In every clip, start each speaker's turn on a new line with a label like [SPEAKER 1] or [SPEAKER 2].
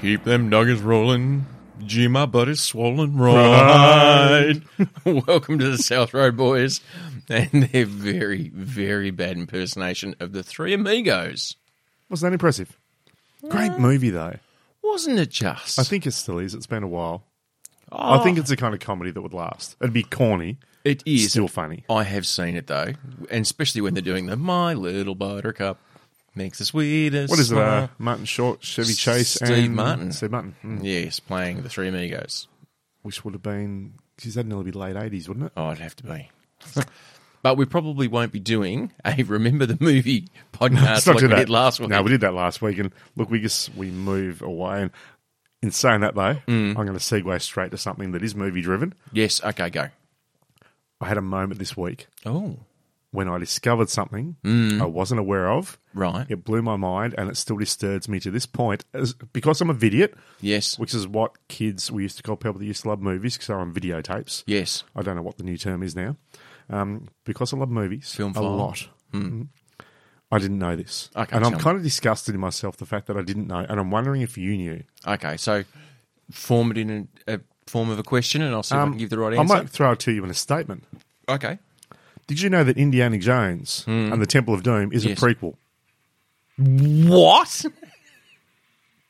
[SPEAKER 1] Keep them nuggets rolling. Gee, my butt is swollen right.
[SPEAKER 2] Welcome to the South Road Boys and their very, very bad impersonation of the Three Amigos.
[SPEAKER 3] Wasn't that impressive? Great movie though.
[SPEAKER 2] Wasn't it just?
[SPEAKER 3] I think it still is. It's been a while.
[SPEAKER 2] Oh,
[SPEAKER 3] I think it's the kind of comedy that would last. It'd be corny,
[SPEAKER 2] it is.
[SPEAKER 3] still funny.
[SPEAKER 2] I have seen it though, and especially when they're doing the My Little Buttercup makes the sweetest.
[SPEAKER 3] What is it? Uh,
[SPEAKER 2] smile."
[SPEAKER 3] Martin Short, Chevy Chase,
[SPEAKER 2] Steve
[SPEAKER 3] and
[SPEAKER 2] Martin.
[SPEAKER 3] Steve Martin, mm.
[SPEAKER 2] yes, playing the Three Amigos.
[SPEAKER 3] which would have been because that'd nearly be late eighties, wouldn't it?
[SPEAKER 2] Oh, it'd have to be. But we probably won't be doing a remember the movie podcast like we did last week.
[SPEAKER 3] No, we did that last week, and look, we just we move away. And in saying that, though,
[SPEAKER 2] Mm.
[SPEAKER 3] I'm going to segue straight to something that is movie driven.
[SPEAKER 2] yes, okay, go.
[SPEAKER 3] I had a moment this week
[SPEAKER 2] Oh,
[SPEAKER 3] when I discovered something
[SPEAKER 2] Mm.
[SPEAKER 3] I wasn't aware of.
[SPEAKER 2] right.
[SPEAKER 3] It blew my mind, and it still disturbs me to this point as, because I'm a idiot,
[SPEAKER 2] Yes,
[SPEAKER 3] which is what kids we used to call people that used to love movies because they're on videotapes.
[SPEAKER 2] yes.
[SPEAKER 3] I don't know what the new term is now. Um, because I love movies
[SPEAKER 2] Film
[SPEAKER 3] a
[SPEAKER 2] file.
[SPEAKER 3] lot. Mhm. I didn't know this.
[SPEAKER 2] Okay,
[SPEAKER 3] and I'm
[SPEAKER 2] tell me.
[SPEAKER 3] kind of disgusted in myself the fact that I didn't know. And I'm wondering if you knew.
[SPEAKER 2] Okay, so form it in a, a form of a question, and I'll see if I
[SPEAKER 3] Um,
[SPEAKER 2] can give the right
[SPEAKER 3] I
[SPEAKER 2] answer.
[SPEAKER 3] might throw it to you in a statement.
[SPEAKER 2] Okay.
[SPEAKER 3] Did you know that Indiana Jones and the Temple of Doom is
[SPEAKER 2] Hmm. Yes.
[SPEAKER 3] a prequel?
[SPEAKER 2] What?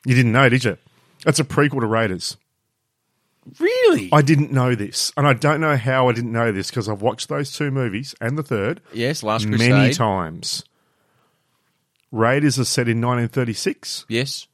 [SPEAKER 3] You didn't know, did you? That's a prequel to Raiders.
[SPEAKER 2] Really?
[SPEAKER 3] I didn't know this. And I don't know how I didn't know this because I've watched those two movies and the third
[SPEAKER 2] yes, Last Crusade.
[SPEAKER 3] many times. Raiders is set in 1936.
[SPEAKER 2] Yes.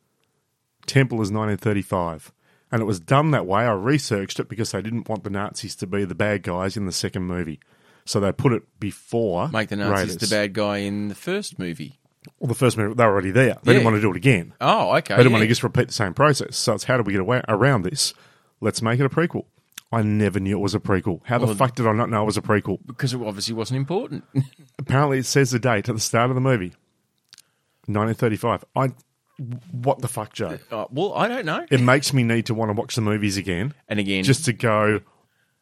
[SPEAKER 3] Temple is 1935. And it was done that way. I researched it because they didn't want the Nazis to be the bad guys in the second movie. So they put it before
[SPEAKER 2] Make the Nazis
[SPEAKER 3] Raiders.
[SPEAKER 2] the bad guy in the first movie.
[SPEAKER 3] Well, the first movie, they were already there. They
[SPEAKER 2] Yeah.
[SPEAKER 3] didn't want to do it again.
[SPEAKER 2] Oh, okay.
[SPEAKER 3] They didn't want
[SPEAKER 2] yeah.
[SPEAKER 3] to just repeat the same process. So it's how do we get away around this? Let's make it a prequel. I never knew it was a prequel. How the fuck did I not know it was a prequel?
[SPEAKER 2] because it obviously wasn't important.
[SPEAKER 3] Apparently, it says the date at the start of the movie, 1935. I, what the fuck, Joe?
[SPEAKER 2] Uh, well, I don't know.
[SPEAKER 3] It makes me need to want to watch the movies again.
[SPEAKER 2] And again, just
[SPEAKER 3] just to go,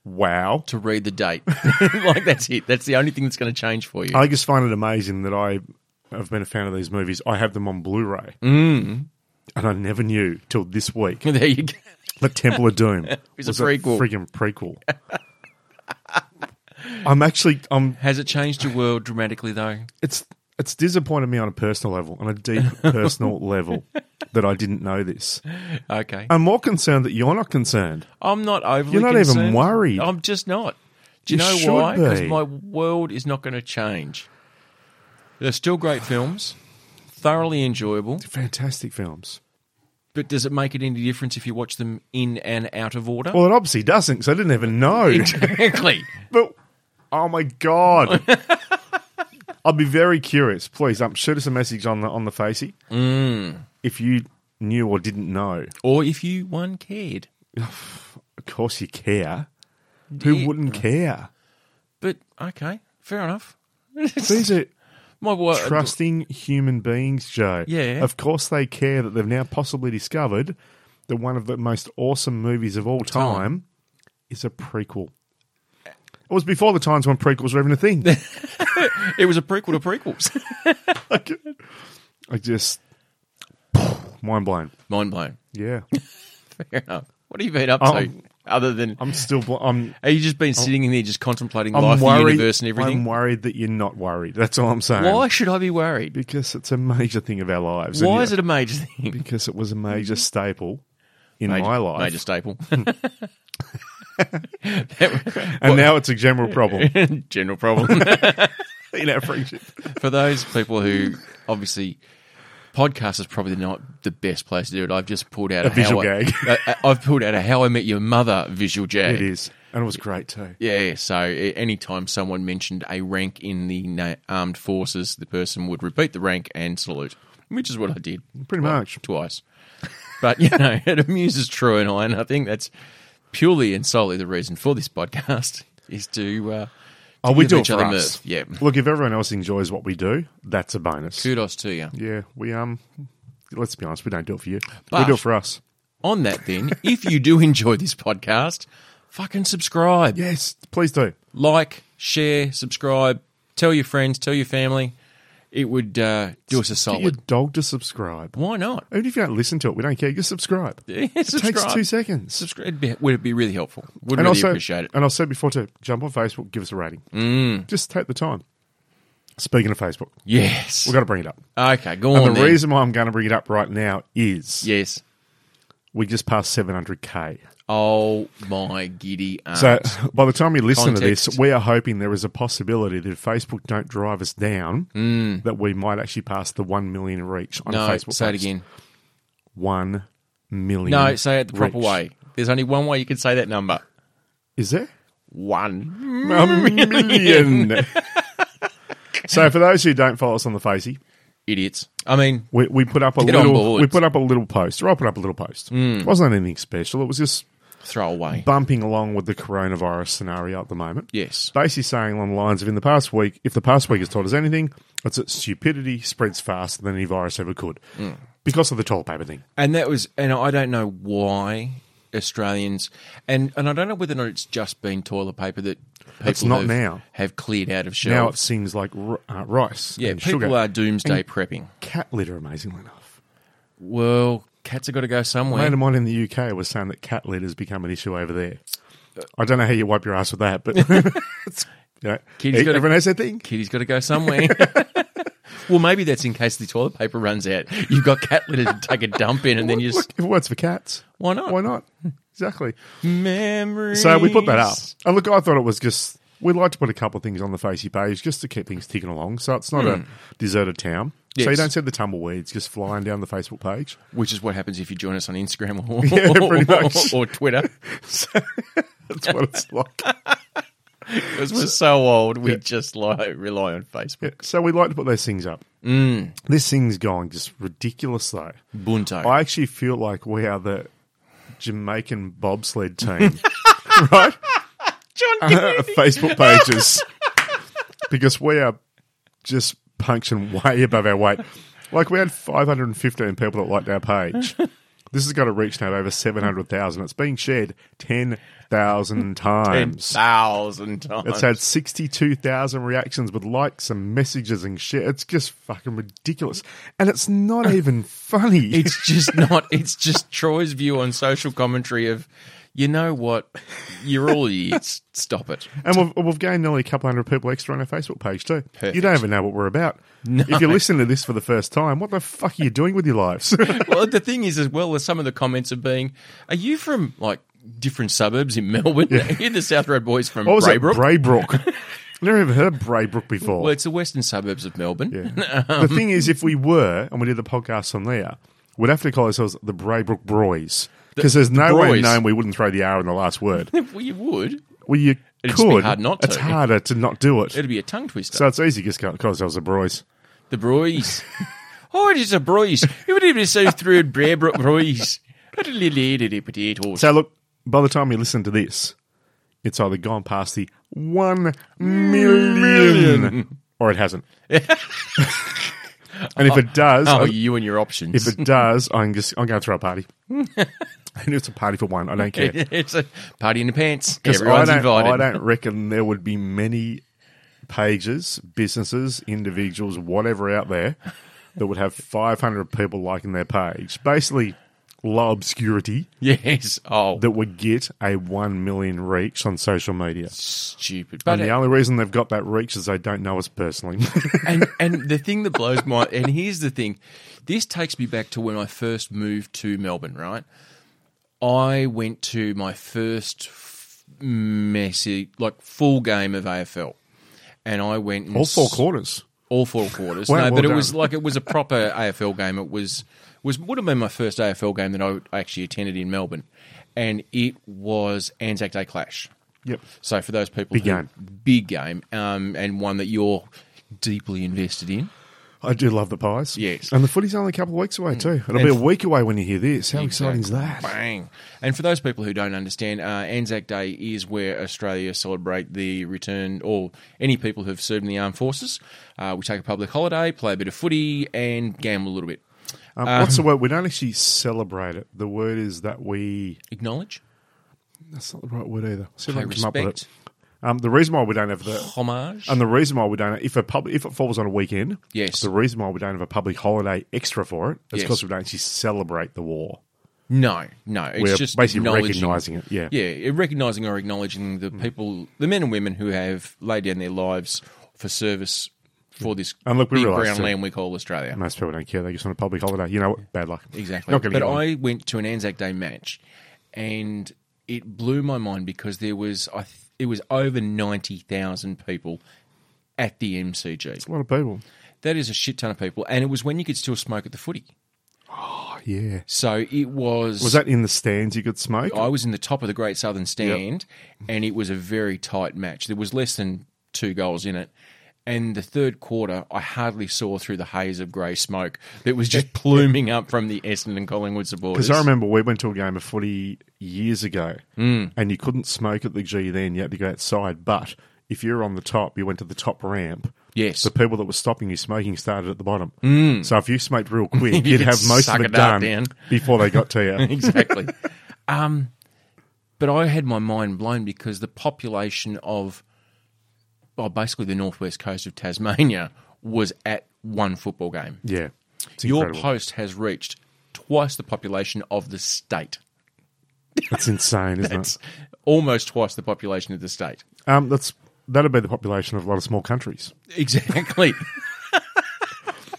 [SPEAKER 3] wow.
[SPEAKER 2] to read the date. like that's it. That's the only thing that's going to change for you.
[SPEAKER 3] I just find it amazing that I have been a fan of these movies. I have them on Blu ray.
[SPEAKER 2] Mm.
[SPEAKER 3] And I never knew till this week
[SPEAKER 2] there you go.
[SPEAKER 3] that Temple of Doom
[SPEAKER 2] It's a prequel.
[SPEAKER 3] freaking prequel. I'm actually, I'm,
[SPEAKER 2] Has it changed your world dramatically though?
[SPEAKER 3] it's, it's disappointed me on a personal level, on a deep personal level, that I didn't know this.
[SPEAKER 2] Okay.
[SPEAKER 3] I'm more concerned that you're not concerned.
[SPEAKER 2] I'm not overly.
[SPEAKER 3] You're not even
[SPEAKER 2] concerned.
[SPEAKER 3] worried.
[SPEAKER 2] I'm just not. Do you,
[SPEAKER 3] You should
[SPEAKER 2] know why? Because
[SPEAKER 3] be.
[SPEAKER 2] my world is not going to change. They're still great films, thoroughly enjoyable.
[SPEAKER 3] Fantastic films.
[SPEAKER 2] But does it make it any difference if you watch them in and out of order?
[SPEAKER 3] Well, it obviously doesn't, because I didn't even know.
[SPEAKER 2] exactly.
[SPEAKER 3] But oh my god. I'll be very curious. Please, um, shoot us a message on the on the facey if you knew or didn't know.
[SPEAKER 2] Or if you one cared.
[SPEAKER 3] Of course, you care. Who
[SPEAKER 2] Yeah.
[SPEAKER 3] wouldn't care?
[SPEAKER 2] But okay, fair enough.
[SPEAKER 3] These are
[SPEAKER 2] my world.
[SPEAKER 3] trusting human beings, Joe.
[SPEAKER 2] Yeah.
[SPEAKER 3] Of course, they care that they've now possibly discovered that one of the most awesome movies of all time is a prequel. It was before the times when prequels were even a thing.
[SPEAKER 2] It was a prequel to prequels.
[SPEAKER 3] I just mind blown.
[SPEAKER 2] Mind blown.
[SPEAKER 3] Yeah.
[SPEAKER 2] Fair enough. What have you been up to?
[SPEAKER 3] I'm-
[SPEAKER 2] other than
[SPEAKER 3] I'm still. Bl- I'm.
[SPEAKER 2] have you just been sitting in there just contemplating
[SPEAKER 3] I'm
[SPEAKER 2] life,
[SPEAKER 3] worried.
[SPEAKER 2] the universe, and
[SPEAKER 3] I'm
[SPEAKER 2] everything?
[SPEAKER 3] worried that you're not worried. That's all I'm saying.
[SPEAKER 2] Why should I be worried?
[SPEAKER 3] Because it's a major thing of our lives.
[SPEAKER 2] Why is it a major thing?
[SPEAKER 3] Because it was a major staple in
[SPEAKER 2] Major,
[SPEAKER 3] my life,
[SPEAKER 2] major staple.
[SPEAKER 3] and now it's a general problem
[SPEAKER 2] General problem
[SPEAKER 3] in our friendship.
[SPEAKER 2] for those people who obviously podcast is probably not the best place to do it. I've just pulled out a,
[SPEAKER 3] visual
[SPEAKER 2] how I-
[SPEAKER 3] gag.
[SPEAKER 2] I, I've pulled out a How I Met Your Mother visual jag.
[SPEAKER 3] It is, and it was great too.
[SPEAKER 2] Yeah, so a- anytime someone mentioned a rank in the na- armed forces, the person would repeat the rank and salute, which is what I did.
[SPEAKER 3] Pretty
[SPEAKER 2] Well,
[SPEAKER 3] much.
[SPEAKER 2] Twice. But, you know, it amuses Troy and I, and I think that's purely and solely the reason for this podcast is to. Uh,
[SPEAKER 3] Oh, we
[SPEAKER 2] give
[SPEAKER 3] do
[SPEAKER 2] each
[SPEAKER 3] it for
[SPEAKER 2] other
[SPEAKER 3] us.
[SPEAKER 2] mirth, yeah.
[SPEAKER 3] Look, if everyone else enjoys what we do, that's a bonus.
[SPEAKER 2] kudos to you.
[SPEAKER 3] Yeah, we um. Let's be honest, we don't do it for you.
[SPEAKER 2] But-
[SPEAKER 3] we do it for us.
[SPEAKER 2] On that, then, if you do enjoy this podcast, fucking subscribe.
[SPEAKER 3] Yes, please do.
[SPEAKER 2] like, share, subscribe, tell your friends, tell your family. It would uh, do
[SPEAKER 3] Get
[SPEAKER 2] us a
[SPEAKER 3] your
[SPEAKER 2] solid.
[SPEAKER 3] dog to subscribe.
[SPEAKER 2] Why not?
[SPEAKER 3] Even if you don't listen to it, we don't care. Just subscribe.
[SPEAKER 2] Yeah,
[SPEAKER 3] It takes
[SPEAKER 2] subscribe.
[SPEAKER 3] two seconds.
[SPEAKER 2] Subscribe. It'd be- Would it be really helpful? Would really appreciate it. Mm.
[SPEAKER 3] And I said before to jump on Facebook, give us a rating. Just take the time. Speaking of Facebook,
[SPEAKER 2] Yes.
[SPEAKER 3] we've got to bring it up.
[SPEAKER 2] Okay, go
[SPEAKER 3] And
[SPEAKER 2] on.
[SPEAKER 3] the
[SPEAKER 2] then.
[SPEAKER 3] reason why I'm going to bring it up right now is
[SPEAKER 2] Yes.
[SPEAKER 3] we just passed 700k.
[SPEAKER 2] Oh my giddy aunt.
[SPEAKER 3] So by the time you listen to this,
[SPEAKER 2] Context.
[SPEAKER 3] we are hoping there is a possibility that if Facebook don't drive us down, that we might actually pass the one million reach on
[SPEAKER 2] Hmm. no,
[SPEAKER 3] a Facebook.
[SPEAKER 2] say it
[SPEAKER 3] post.
[SPEAKER 2] again.
[SPEAKER 3] One million.
[SPEAKER 2] No, say it the proper
[SPEAKER 3] reach.
[SPEAKER 2] way. There's only one way you can say that number.
[SPEAKER 3] Is there?
[SPEAKER 2] One.
[SPEAKER 3] A million. so for those who don't follow us on the Facey,
[SPEAKER 2] Idiots. I mean,
[SPEAKER 3] we, we put up a
[SPEAKER 2] Get on
[SPEAKER 3] little
[SPEAKER 2] board. Hmm.
[SPEAKER 3] we put up a little post, or I put up a little post. It wasn't anything special. It was just
[SPEAKER 2] throw away.
[SPEAKER 3] bumping along with the coronavirus scenario at the moment.
[SPEAKER 2] Yes.
[SPEAKER 3] basically saying along the lines of in the past week, if the past week has taught us anything, it's that stupidity spreads faster than any virus ever could because of the toilet paper thing.
[SPEAKER 2] And that was, and I don't know why Australians, and, and I don't know whether or not it's just been toilet paper that people
[SPEAKER 3] It's not
[SPEAKER 2] have,
[SPEAKER 3] now.
[SPEAKER 2] have cleared out of
[SPEAKER 3] Now
[SPEAKER 2] shelves.
[SPEAKER 3] it seems like r- uh, rice
[SPEAKER 2] yeah,
[SPEAKER 3] and
[SPEAKER 2] people
[SPEAKER 3] sugar.
[SPEAKER 2] are doomsday prepping.
[SPEAKER 3] Cat litter, amazingly enough.
[SPEAKER 2] Well, cats have got to go
[SPEAKER 3] A
[SPEAKER 2] somewhere.
[SPEAKER 3] mate of mine in the UK was saying that cat litter has become an issue over there. I don't know how you wipe your ass with that, but it's, you know,
[SPEAKER 2] Kids gotta-
[SPEAKER 3] everyone has their thing.
[SPEAKER 2] Kitty's got to go somewhere. well, maybe that's in case the toilet paper runs out. You've got cat litter to take a dump in, and then you
[SPEAKER 3] Look,
[SPEAKER 2] just
[SPEAKER 3] if it works for cats,
[SPEAKER 2] Why not?
[SPEAKER 3] Why not? Exactly.
[SPEAKER 2] memories.
[SPEAKER 3] So we put that up. And look, I thought it was just we like to put a couple of things on the facey page just to keep things ticking along. So it's not a deserted town. So you
[SPEAKER 2] Yes.
[SPEAKER 3] don't see the tumbleweeds just flying down the Facebook page.
[SPEAKER 2] which is what happens if you join us on Instagram or,
[SPEAKER 3] Yeah, pretty much.
[SPEAKER 2] or Twitter.
[SPEAKER 3] That's what it's like.
[SPEAKER 2] Because we're so old, we just like rely on Facebook.
[SPEAKER 3] So we like to put those things up. Mm. This thing's going just ridiculous though.
[SPEAKER 2] Bunto.
[SPEAKER 3] I actually feel like we are the Jamaican bobsled team, right?
[SPEAKER 2] John
[SPEAKER 3] Facebook pages because we are just punching way above our weight. Like we had 515 people that liked our page. This has got a reach now of over 700,000. It's being shared 10,000 times.
[SPEAKER 2] thousand times.
[SPEAKER 3] It's had 62,000 reactions with likes and messages and shit. It's just fucking ridiculous. And it's not even funny.
[SPEAKER 2] It's just not. It's just Troy's view on social commentary of, you know what, you're all idiots. Stop it.
[SPEAKER 3] And we've, we've gained nearly a couple hundred people extra on our Facebook page too.
[SPEAKER 2] Perfect.
[SPEAKER 3] You don't even know what we're about. If you're listening to this for the first time, what the fuck are you doing with your lives?
[SPEAKER 2] Well, the thing is, as well as some of the comments are being, are you from like different suburbs in Melbourne? Are you the South Road Boys from
[SPEAKER 3] What was it?
[SPEAKER 2] Braybrook?
[SPEAKER 3] Braybrook. Never even heard of Braybrook before.
[SPEAKER 2] well, it's the western suburbs of Melbourne.
[SPEAKER 3] the thing is, if we were and we did the podcast on there, we'd have to call ourselves the Braybrook Broys because there's no way
[SPEAKER 2] Broys.
[SPEAKER 3] known we wouldn't throw the R in the last word.
[SPEAKER 2] well, you would.
[SPEAKER 3] Well, you
[SPEAKER 2] It'd just be
[SPEAKER 3] could.
[SPEAKER 2] hard not
[SPEAKER 3] It's
[SPEAKER 2] to.
[SPEAKER 3] harder to not do it.
[SPEAKER 2] It'd be a tongue twister.
[SPEAKER 3] so it's easy just call call ourselves the Broys.
[SPEAKER 2] the Broys. oh, it is a Broys. You would even the South Road Braybrook Broys. Potatoes.
[SPEAKER 3] So look, by the time you listen to this, it's either gone past the one
[SPEAKER 2] Mm.
[SPEAKER 3] million or it hasn't. and if it does,
[SPEAKER 2] Oh,
[SPEAKER 3] I-
[SPEAKER 2] you and your options.
[SPEAKER 3] if it does, I'm just I'm going to throw a party. and it's a party for one. I don't care.
[SPEAKER 2] it's a party in the pants.
[SPEAKER 3] 'Cause
[SPEAKER 2] Everyone's
[SPEAKER 3] I don't,
[SPEAKER 2] invited.
[SPEAKER 3] I don't reckon there would be many pages, businesses, individuals, whatever out there that would have 500 people liking their page. Basically, low obscurity.
[SPEAKER 2] Yes. Oh,
[SPEAKER 3] that would get a 1 million reach on social media.
[SPEAKER 2] stupid. But
[SPEAKER 3] And the only reason they've got that reach is they don't know us personally.
[SPEAKER 2] and and the thing that blows my and here's the thing, this takes me back to when I first moved to Melbourne. Right, I went to my first f- messy like full game of AFL, and I went and
[SPEAKER 3] All four
[SPEAKER 2] s-
[SPEAKER 3] quarters.
[SPEAKER 2] all four quarters.
[SPEAKER 3] Wow,
[SPEAKER 2] no,
[SPEAKER 3] well
[SPEAKER 2] but it was
[SPEAKER 3] done.
[SPEAKER 2] like it was a proper AFL game. It was was would have been my first AFL game that I actually attended in Melbourne, and it was Anzac Day Clash.
[SPEAKER 3] Yep.
[SPEAKER 2] So for those people,
[SPEAKER 3] Big
[SPEAKER 2] who-
[SPEAKER 3] game.
[SPEAKER 2] big game, um, and one that you're deeply invested in.
[SPEAKER 3] I do love the pies.
[SPEAKER 2] Yes. Mm.
[SPEAKER 3] And the footy's only a couple of weeks away, too. It'll be a week away when you hear this. How exciting is that?
[SPEAKER 2] Bang! And for those people who don't understand, uh, Anzac Day is where Australia celebrate the return, or any people who've served in the armed forces. Uh, we take a public holiday, play a bit of footy, and gamble a little bit.
[SPEAKER 3] Um, what's the word? We don't actually celebrate it. The word is that we.
[SPEAKER 2] Acknowledge,
[SPEAKER 3] That's not the right word either. See if I
[SPEAKER 2] pay
[SPEAKER 3] can come up with
[SPEAKER 2] respect.
[SPEAKER 3] it. Um, the reason why we don't have the
[SPEAKER 2] Homage.
[SPEAKER 3] and the reason why we don't if a pub, if it falls on a weekend,
[SPEAKER 2] Yes.
[SPEAKER 3] The reason why we don't have a public holiday extra for it is
[SPEAKER 2] Yes.
[SPEAKER 3] because we don't actually celebrate the war.
[SPEAKER 2] no, no. It's
[SPEAKER 3] We're
[SPEAKER 2] just
[SPEAKER 3] basically
[SPEAKER 2] acknowledging-
[SPEAKER 3] recognising it. Yeah. Mm.
[SPEAKER 2] Yeah, recognizing or acknowledging the people, the men and women who have laid down their lives for service for this
[SPEAKER 3] And look, we
[SPEAKER 2] big
[SPEAKER 3] realise
[SPEAKER 2] brown
[SPEAKER 3] too-
[SPEAKER 2] land we call Australia.
[SPEAKER 3] Most people don't care. They just want a public holiday. You know what? Bad luck.
[SPEAKER 2] Exactly.
[SPEAKER 3] Not gonna
[SPEAKER 2] but
[SPEAKER 3] get one.
[SPEAKER 2] I went to an Anzac Day match, and it blew my mind because there was I th- it was over ninety thousand people at the MCG.
[SPEAKER 3] A lot of people.
[SPEAKER 2] That is a shit ton of people, and it was when you could still smoke at the footy.
[SPEAKER 3] Oh, yeah.
[SPEAKER 2] So it was.
[SPEAKER 3] Was that in the stands you could smoke?
[SPEAKER 2] I was in the top of the Great Southern Stand, and it was a very tight match. There was less than two goals in it. And the third quarter, I hardly saw through the haze of grey smoke that was just pluming up from the Essendon Collingwood supporters.
[SPEAKER 3] Because I remember we went to a game of footy years ago,
[SPEAKER 2] Mm.
[SPEAKER 3] and you couldn't smoke at the G then. You had to go outside. But if you were on the top, you went to the top ramp.
[SPEAKER 2] Yes. Mm.
[SPEAKER 3] The people that were stopping you smoking started at the bottom. So if you smoked real quick,
[SPEAKER 2] You
[SPEAKER 3] you'd
[SPEAKER 2] could
[SPEAKER 3] have most
[SPEAKER 2] suck
[SPEAKER 3] of it
[SPEAKER 2] it
[SPEAKER 3] done
[SPEAKER 2] up, Dan.
[SPEAKER 3] before they got to you.
[SPEAKER 2] exactly. um, but I had my mind blown because the population of, well, basically the northwest coast of Tasmania was at one football game.
[SPEAKER 3] yeah. It's
[SPEAKER 2] Your
[SPEAKER 3] incredible.
[SPEAKER 2] post has reached twice the population of the state.
[SPEAKER 3] It's insane, isn't
[SPEAKER 2] It's
[SPEAKER 3] it?
[SPEAKER 2] almost twice the population of the state.
[SPEAKER 3] Um, that's that'd be the population of a lot of small countries.
[SPEAKER 2] Exactly.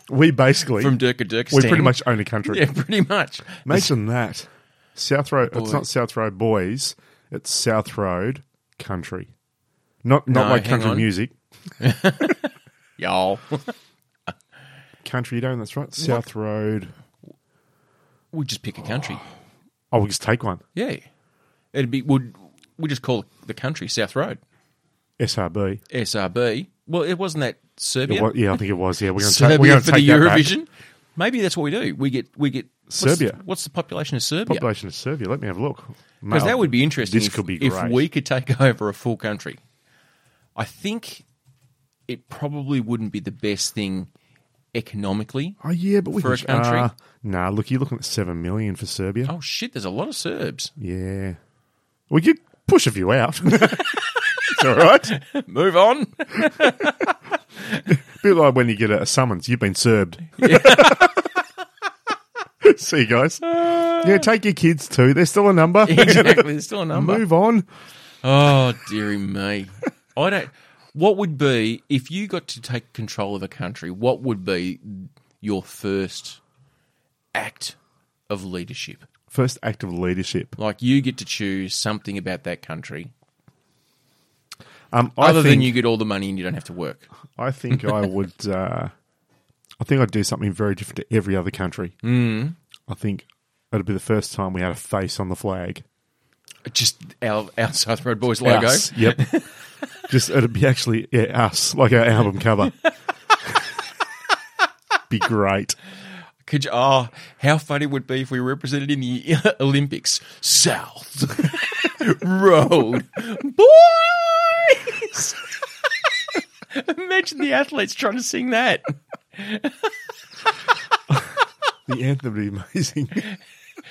[SPEAKER 3] We basically
[SPEAKER 2] From Durka Durkistan.
[SPEAKER 3] we pretty much own a country.
[SPEAKER 2] Yeah, pretty much.
[SPEAKER 3] Imagine that. South Road. It's not South Road Boys. It's South Road Country. Not not
[SPEAKER 2] No,
[SPEAKER 3] like
[SPEAKER 2] hang
[SPEAKER 3] country
[SPEAKER 2] on.
[SPEAKER 3] music.
[SPEAKER 2] Y'all.
[SPEAKER 3] Country, you don't. That's right. South Road.
[SPEAKER 2] We'll just pick a country.
[SPEAKER 3] Oh, we just take one.
[SPEAKER 2] Yeah. It'd be, would we just call the country South Road.
[SPEAKER 3] SRB.
[SPEAKER 2] SRB. Well, it wasn't that
[SPEAKER 3] It
[SPEAKER 2] Serbia.
[SPEAKER 3] wa- yeah, I think it was. Yeah, we're going to
[SPEAKER 2] Serbia
[SPEAKER 3] take. We're going to
[SPEAKER 2] for
[SPEAKER 3] take
[SPEAKER 2] the
[SPEAKER 3] that back.
[SPEAKER 2] Eurovision. Maybe that's what we do. We get we get what's-
[SPEAKER 3] Serbia.
[SPEAKER 2] What's the population of Serbia?
[SPEAKER 3] Population of Serbia. Let me have a look.
[SPEAKER 2] Because that would be interesting.
[SPEAKER 3] This
[SPEAKER 2] if,
[SPEAKER 3] could be
[SPEAKER 2] if
[SPEAKER 3] great.
[SPEAKER 2] we could take over a full country. I think it probably wouldn't be the best thing economically.
[SPEAKER 3] Oh yeah, but we
[SPEAKER 2] for
[SPEAKER 3] can,
[SPEAKER 2] a country.
[SPEAKER 3] Uh, nah, look, you're looking at seven million for Serbia.
[SPEAKER 2] Oh shit! There's a lot of Serbs.
[SPEAKER 3] Yeah. We could push a few out. it's all right.
[SPEAKER 2] Move on.
[SPEAKER 3] bit like when you get a summons, you've been served. See you guys. yeah, take your kids too. They're still a number.
[SPEAKER 2] exactly. There's still a number.
[SPEAKER 3] Move on.
[SPEAKER 2] Oh dearie me. I don't. What would be if you got to take control of a country? What would be your first act of leadership?
[SPEAKER 3] First act of leadership.
[SPEAKER 2] Like you get to choose something about that country,
[SPEAKER 3] Um, I
[SPEAKER 2] other
[SPEAKER 3] think,
[SPEAKER 2] than you get all the money and you don't have to work.
[SPEAKER 3] I think I would. Uh, I think I'd do something very different to every other country. Mm.
[SPEAKER 2] Hmm.
[SPEAKER 3] I think it'd be the first time we had a face on the flag.
[SPEAKER 2] Just our, our South Road Boys logo.
[SPEAKER 3] Us. Yep. Just it'd be actually yeah, us like our album cover. be great.
[SPEAKER 2] Could you, oh, how funny it would be if we represented in the Olympics South Road Boys. Imagine the athletes trying to sing that.
[SPEAKER 3] The anthem would be amazing.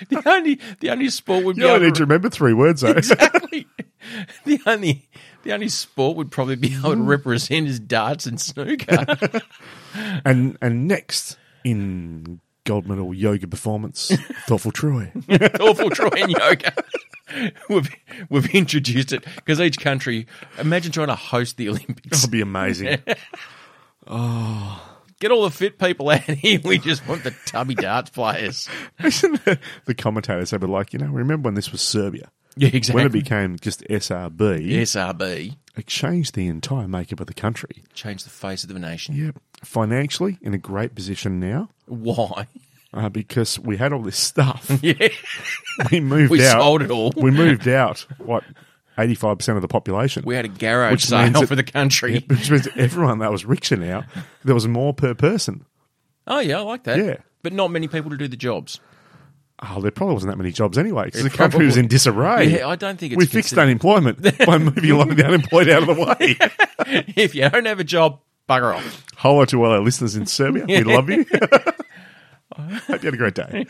[SPEAKER 2] The only the only sport would be
[SPEAKER 3] You only
[SPEAKER 2] able
[SPEAKER 3] need to
[SPEAKER 2] to,
[SPEAKER 3] remember three words, though.
[SPEAKER 2] exactly the only the only sport would probably be able to represent is darts and snooker.
[SPEAKER 3] and and next in gold medal yoga performance, thoughtful Troy.
[SPEAKER 2] awful Troy and yoga. We've, we've introduced it because each country, imagine trying to host the Olympics.
[SPEAKER 3] That'd be amazing.
[SPEAKER 2] Get all the fit people out here. We just want the tubby darts players.
[SPEAKER 3] the commentators they were like, you know, remember when this was Serbia?
[SPEAKER 2] Yeah, exactly.
[SPEAKER 3] When it became just SRB,
[SPEAKER 2] SRB
[SPEAKER 3] it changed the entire makeup of the country.
[SPEAKER 2] change the face of the nation.
[SPEAKER 3] Yeah, financially in a great position now
[SPEAKER 2] Why?
[SPEAKER 3] uh, because we had all this stuff.
[SPEAKER 2] Yeah,
[SPEAKER 3] we moved
[SPEAKER 2] we
[SPEAKER 3] out.
[SPEAKER 2] sold it all.
[SPEAKER 3] We moved out. What? Eighty-five percent of the population.
[SPEAKER 2] We had a garage
[SPEAKER 3] Which means
[SPEAKER 2] sale
[SPEAKER 3] that-
[SPEAKER 2] for the country.
[SPEAKER 3] which means everyone that was richer now, there was more per person.
[SPEAKER 2] Oh yeah, I like that.
[SPEAKER 3] Yeah.
[SPEAKER 2] but not many people to do the jobs.
[SPEAKER 3] Oh, there probably wasn't that many jobs anyway because
[SPEAKER 2] Yeah,
[SPEAKER 3] the country was in disarray.
[SPEAKER 2] Yeah, I don't think it's
[SPEAKER 3] we fixed
[SPEAKER 2] considered-
[SPEAKER 3] unemployment by moving a lot of the unemployed out of the way.
[SPEAKER 2] If you don't have a job, bugger off.
[SPEAKER 3] Hello to all our listeners in Serbia. We love you. Hope you had a great day.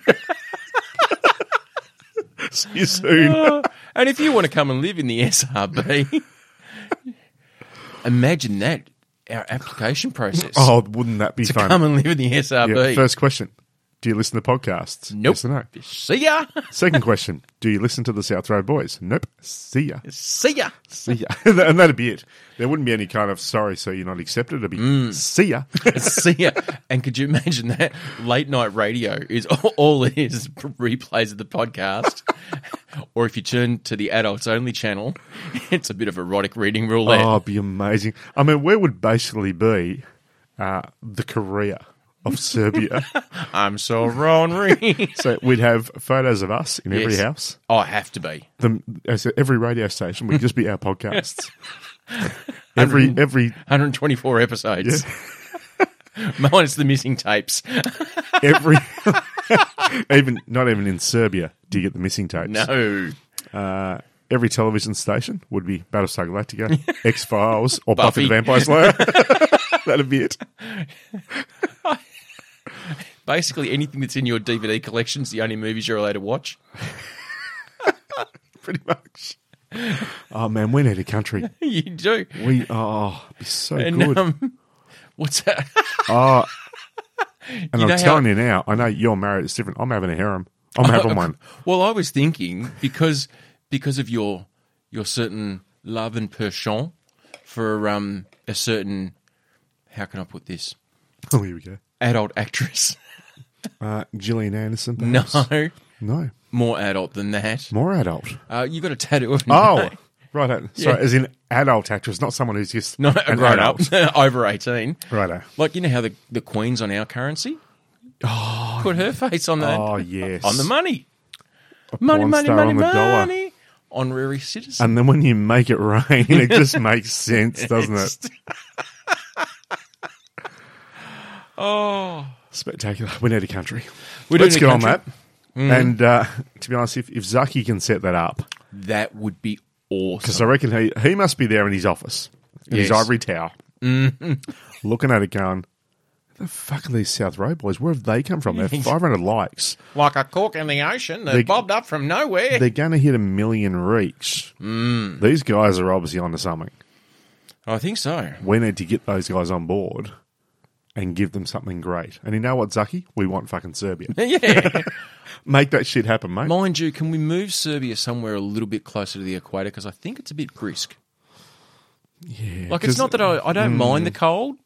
[SPEAKER 3] See you soon.
[SPEAKER 2] and if you want to come and live in the SRB, Imagine that, our application process.
[SPEAKER 3] Oh, wouldn't that be fun?
[SPEAKER 2] Come and live in the
[SPEAKER 3] Yeah,
[SPEAKER 2] SRB.
[SPEAKER 3] First question: Do you listen to podcasts?
[SPEAKER 2] nope.
[SPEAKER 3] Yes or no?
[SPEAKER 2] See ya.
[SPEAKER 3] Second question: Do you listen to the South Road Boys? Nope. See ya.
[SPEAKER 2] See ya.
[SPEAKER 3] See ya. and that'd be it. There wouldn't be any kind of sorry, so you're not accepted. It'd be
[SPEAKER 2] Mm.
[SPEAKER 3] see ya.
[SPEAKER 2] See ya. And could you imagine that? Late night radio is all, all it is, is replays of the podcast. or if you turn to the adults only channel, it's a bit of erotic reading roulette.
[SPEAKER 3] oh, it'd be amazing. I mean, where would basically be uh, the Korea of Serbia?
[SPEAKER 2] I'm so ornery.
[SPEAKER 3] so we'd have photos of us in every
[SPEAKER 2] Yes.
[SPEAKER 3] house.
[SPEAKER 2] oh, I have to be.
[SPEAKER 3] The, as every radio station would just be our podcasts. every every
[SPEAKER 2] 124 episodes. Minus the missing tapes.
[SPEAKER 3] every even not even in Serbia do you get the missing tapes.
[SPEAKER 2] No.
[SPEAKER 3] Uh, every television station would be Battlestar Galactica, X Files, or Buffy, the
[SPEAKER 2] Buffy.
[SPEAKER 3] Vampire Slayer. That'd be it.
[SPEAKER 2] Basically, anything that's in your DVD collection's the only movies you're allowed to watch.
[SPEAKER 3] Pretty much. Oh man, we need a country.
[SPEAKER 2] you do.
[SPEAKER 3] We oh, it'd be so
[SPEAKER 2] And
[SPEAKER 3] good.
[SPEAKER 2] um, what's that?
[SPEAKER 3] oh, and
[SPEAKER 2] know
[SPEAKER 3] I'm
[SPEAKER 2] how-
[SPEAKER 3] telling you now. I know you're married. It's different. I'm having a harem. I'm
[SPEAKER 2] Oh,
[SPEAKER 3] having one.
[SPEAKER 2] Well, I was thinking because because of your your certain love and penchant for um a certain how can I put this
[SPEAKER 3] Oh, here we go.
[SPEAKER 2] adult actress?
[SPEAKER 3] Uh, Gillian Anderson.
[SPEAKER 2] No,
[SPEAKER 3] perhaps? no,
[SPEAKER 2] more adult than that.
[SPEAKER 3] more adult.
[SPEAKER 2] Uh, you got a tattoo of
[SPEAKER 3] Oh, right. uh, Sorry,
[SPEAKER 2] Yeah.
[SPEAKER 3] as in adult actress, not someone who's just
[SPEAKER 2] no, a
[SPEAKER 3] an
[SPEAKER 2] grown up
[SPEAKER 3] adult. uh,
[SPEAKER 2] over eighteen.
[SPEAKER 3] Righto.
[SPEAKER 2] Like you know how the the queen's on our currency. Oh, put her face on that
[SPEAKER 3] Oh yes,
[SPEAKER 2] on the money, money,
[SPEAKER 3] porn
[SPEAKER 2] money,
[SPEAKER 3] star
[SPEAKER 2] money,
[SPEAKER 3] on the dollar.
[SPEAKER 2] money. Honorary citizen.
[SPEAKER 3] And then when you make it rain, it just makes sense, doesn't it?
[SPEAKER 2] oh,
[SPEAKER 3] Spectacular. We need a country.
[SPEAKER 2] We do
[SPEAKER 3] Let's
[SPEAKER 2] need
[SPEAKER 3] get
[SPEAKER 2] a
[SPEAKER 3] on that.
[SPEAKER 2] country. Mm.
[SPEAKER 3] And uh, to be honest, if, if Zaki can set that up,
[SPEAKER 2] that would be awesome.
[SPEAKER 3] because I reckon he, he must be there in his office, in his
[SPEAKER 2] Yes. Mm-hmm.
[SPEAKER 3] ivory tower, looking at it going, the fuck are these South Road boys? Where have they come from? They're 500 likes.
[SPEAKER 2] like a cork in the ocean that
[SPEAKER 3] They-
[SPEAKER 2] bobbed up from nowhere.
[SPEAKER 3] They're going to hit a million reach.
[SPEAKER 2] Mm.
[SPEAKER 3] These guys are obviously onto something.
[SPEAKER 2] I think so.
[SPEAKER 3] We need to get those guys on board and give them something great. And you know what, Zaki? We want fucking Serbia.
[SPEAKER 2] yeah.
[SPEAKER 3] Make that shit happen, mate.
[SPEAKER 2] Mind you, can we move Serbia somewhere a little bit closer to the equator? Because I think it's a bit brisk.
[SPEAKER 3] Yeah,
[SPEAKER 2] Like, it's
[SPEAKER 3] 'cause Hmm.
[SPEAKER 2] not that I, I don't mind the cold,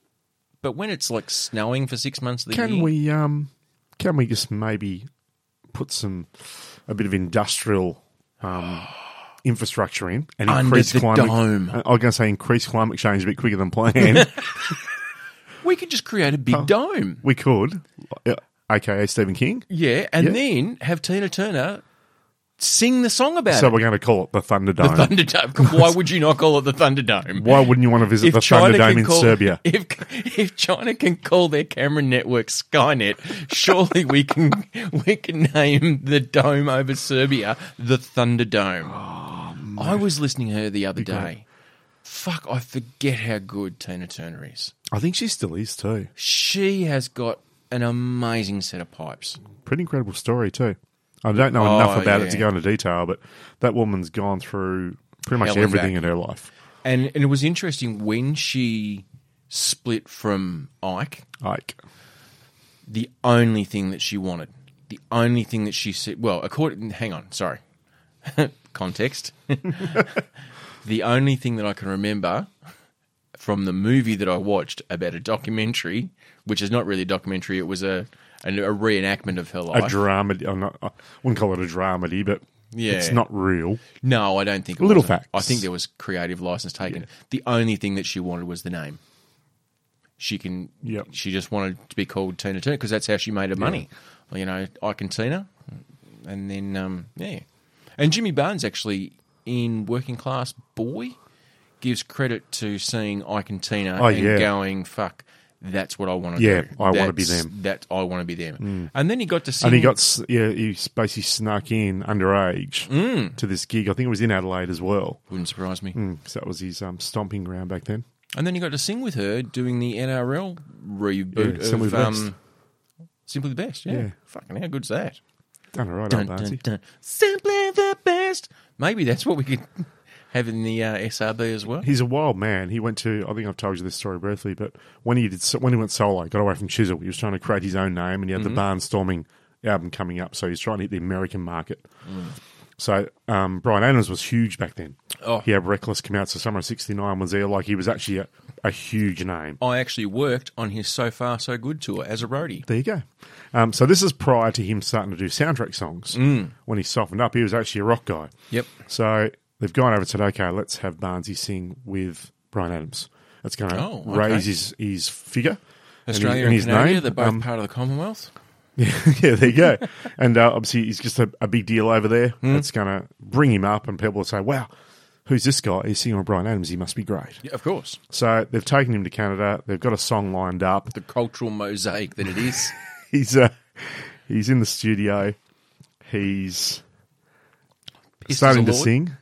[SPEAKER 2] but when it's like snowing for six months of the
[SPEAKER 3] Can
[SPEAKER 2] year.
[SPEAKER 3] we um can we just maybe put some a bit of industrial um infrastructure in and
[SPEAKER 2] Under
[SPEAKER 3] increase
[SPEAKER 2] the
[SPEAKER 3] climate
[SPEAKER 2] dome.
[SPEAKER 3] I was going to say increase climate change a bit quicker than planned.
[SPEAKER 2] we could just create a big dome.
[SPEAKER 3] we could uh, aka Stephen King.
[SPEAKER 2] Yeah. And
[SPEAKER 3] Yeah.
[SPEAKER 2] then have Tina Turner sing the song about
[SPEAKER 3] So
[SPEAKER 2] it.
[SPEAKER 3] we're going to call it the Thunderdome.
[SPEAKER 2] Thunderdome. Why would you not call it the Thunderdome?
[SPEAKER 3] Why wouldn't you want to visit the Thunderdome in
[SPEAKER 2] call,
[SPEAKER 3] Serbia?
[SPEAKER 2] If if China can call their camera network Skynet, surely we can we can name the dome over Serbia the Thunderdome.
[SPEAKER 3] Oh,
[SPEAKER 2] I was listening to her the other day. Fuck, I forget how good Tina Turner is.
[SPEAKER 3] I think she still is too.
[SPEAKER 2] She has got an amazing set of pipes.
[SPEAKER 3] Pretty incredible story too. I don't know enough
[SPEAKER 2] Oh,
[SPEAKER 3] about
[SPEAKER 2] yeah.
[SPEAKER 3] it to go into detail, but that woman's gone through pretty much
[SPEAKER 2] Hell and
[SPEAKER 3] everything in
[SPEAKER 2] back.
[SPEAKER 3] her life.
[SPEAKER 2] And and it was interesting when she split from Ike.
[SPEAKER 3] Like
[SPEAKER 2] the only thing that she wanted, the only thing that she said, well, according, hang on, sorry, context. the only thing that I can remember from the movie that I watched about a documentary, which is not really a documentary, it was a a, a reenactment of her
[SPEAKER 3] a
[SPEAKER 2] life.
[SPEAKER 3] dramedy. I'm not, I wouldn't call it a dramedy, but
[SPEAKER 2] Yeah.
[SPEAKER 3] it's not real.
[SPEAKER 2] no, I don't think it
[SPEAKER 3] Little
[SPEAKER 2] was.
[SPEAKER 3] facts.
[SPEAKER 2] I think there was creative license taken. The only thing that she wanted was the name. She can.
[SPEAKER 3] Yep.
[SPEAKER 2] She just wanted to be called Tina Turner because that's how she made her money. You know, I can Tina, and then um, yeah, and Jimmy Barnes actually in Working Class Boy gives credit to seeing I can Tina
[SPEAKER 3] Oh,
[SPEAKER 2] and
[SPEAKER 3] yeah.
[SPEAKER 2] going fuck. That's what I want to
[SPEAKER 3] Yeah,
[SPEAKER 2] do.
[SPEAKER 3] I wanna be
[SPEAKER 2] That's-
[SPEAKER 3] them." Mm.
[SPEAKER 2] That I want to be them. And then he got to sing.
[SPEAKER 3] And he got s- yeah, he s- basically snuck in underage
[SPEAKER 2] Mm.
[SPEAKER 3] to this gig. I think it was in Adelaide as well.
[SPEAKER 2] Wouldn't surprise me.
[SPEAKER 3] So that was his um, stomping ground back then.
[SPEAKER 2] And then you got to sing with her doing the NRL reboot
[SPEAKER 3] Yeah, Simply
[SPEAKER 2] of
[SPEAKER 3] the
[SPEAKER 2] um,
[SPEAKER 3] Best.
[SPEAKER 2] Simply the Best. Yeah.
[SPEAKER 3] Yeah.
[SPEAKER 2] Fucking how good's that?
[SPEAKER 3] Done all right,
[SPEAKER 2] Dun,
[SPEAKER 3] old
[SPEAKER 2] dun,
[SPEAKER 3] Barnsley.
[SPEAKER 2] dun. Simply the Best. Maybe that's what we could having the uh, SRB as well.
[SPEAKER 3] He's a wild man. He went to, I think I've told you this story briefly, but when he did, when he went solo, got away from Chisel, he was trying to create his own name, and he had the Barnstorming album coming up, so he's trying to hit the American market. So um, Brian Adams was huge back then.
[SPEAKER 2] Oh.
[SPEAKER 3] He had Reckless come out, so Summer of '69 was there. Like he was actually a, a huge name.
[SPEAKER 2] I actually worked on his So Far So Good tour as a roadie.
[SPEAKER 3] There you go. Um, so this is prior to him starting to do soundtrack songs. Mm. When he softened up, he was actually a rock guy.
[SPEAKER 2] Yep.
[SPEAKER 3] So they've gone over and said, okay, let's have Barnsey sing with Brian Adams. That's going to
[SPEAKER 2] Oh, okay.
[SPEAKER 3] raise his, his figure. and his-
[SPEAKER 2] Australia and, Canada, they're both
[SPEAKER 3] Um,
[SPEAKER 2] part of the Commonwealth.
[SPEAKER 3] yeah, there you go. and uh, obviously, he's just a, a big deal over there.
[SPEAKER 2] Hmm.
[SPEAKER 3] It's going to bring him up, and people will say, wow, who's this guy? He's singing with Brian Adams. He must be great.
[SPEAKER 2] Yeah, of course.
[SPEAKER 3] So they've taken him to Canada. They've got a song lined up.
[SPEAKER 2] The cultural mosaic that it is.
[SPEAKER 3] He's uh, he's in the studio. He's
[SPEAKER 2] Pisses
[SPEAKER 3] starting to
[SPEAKER 2] Lord.
[SPEAKER 3] sing,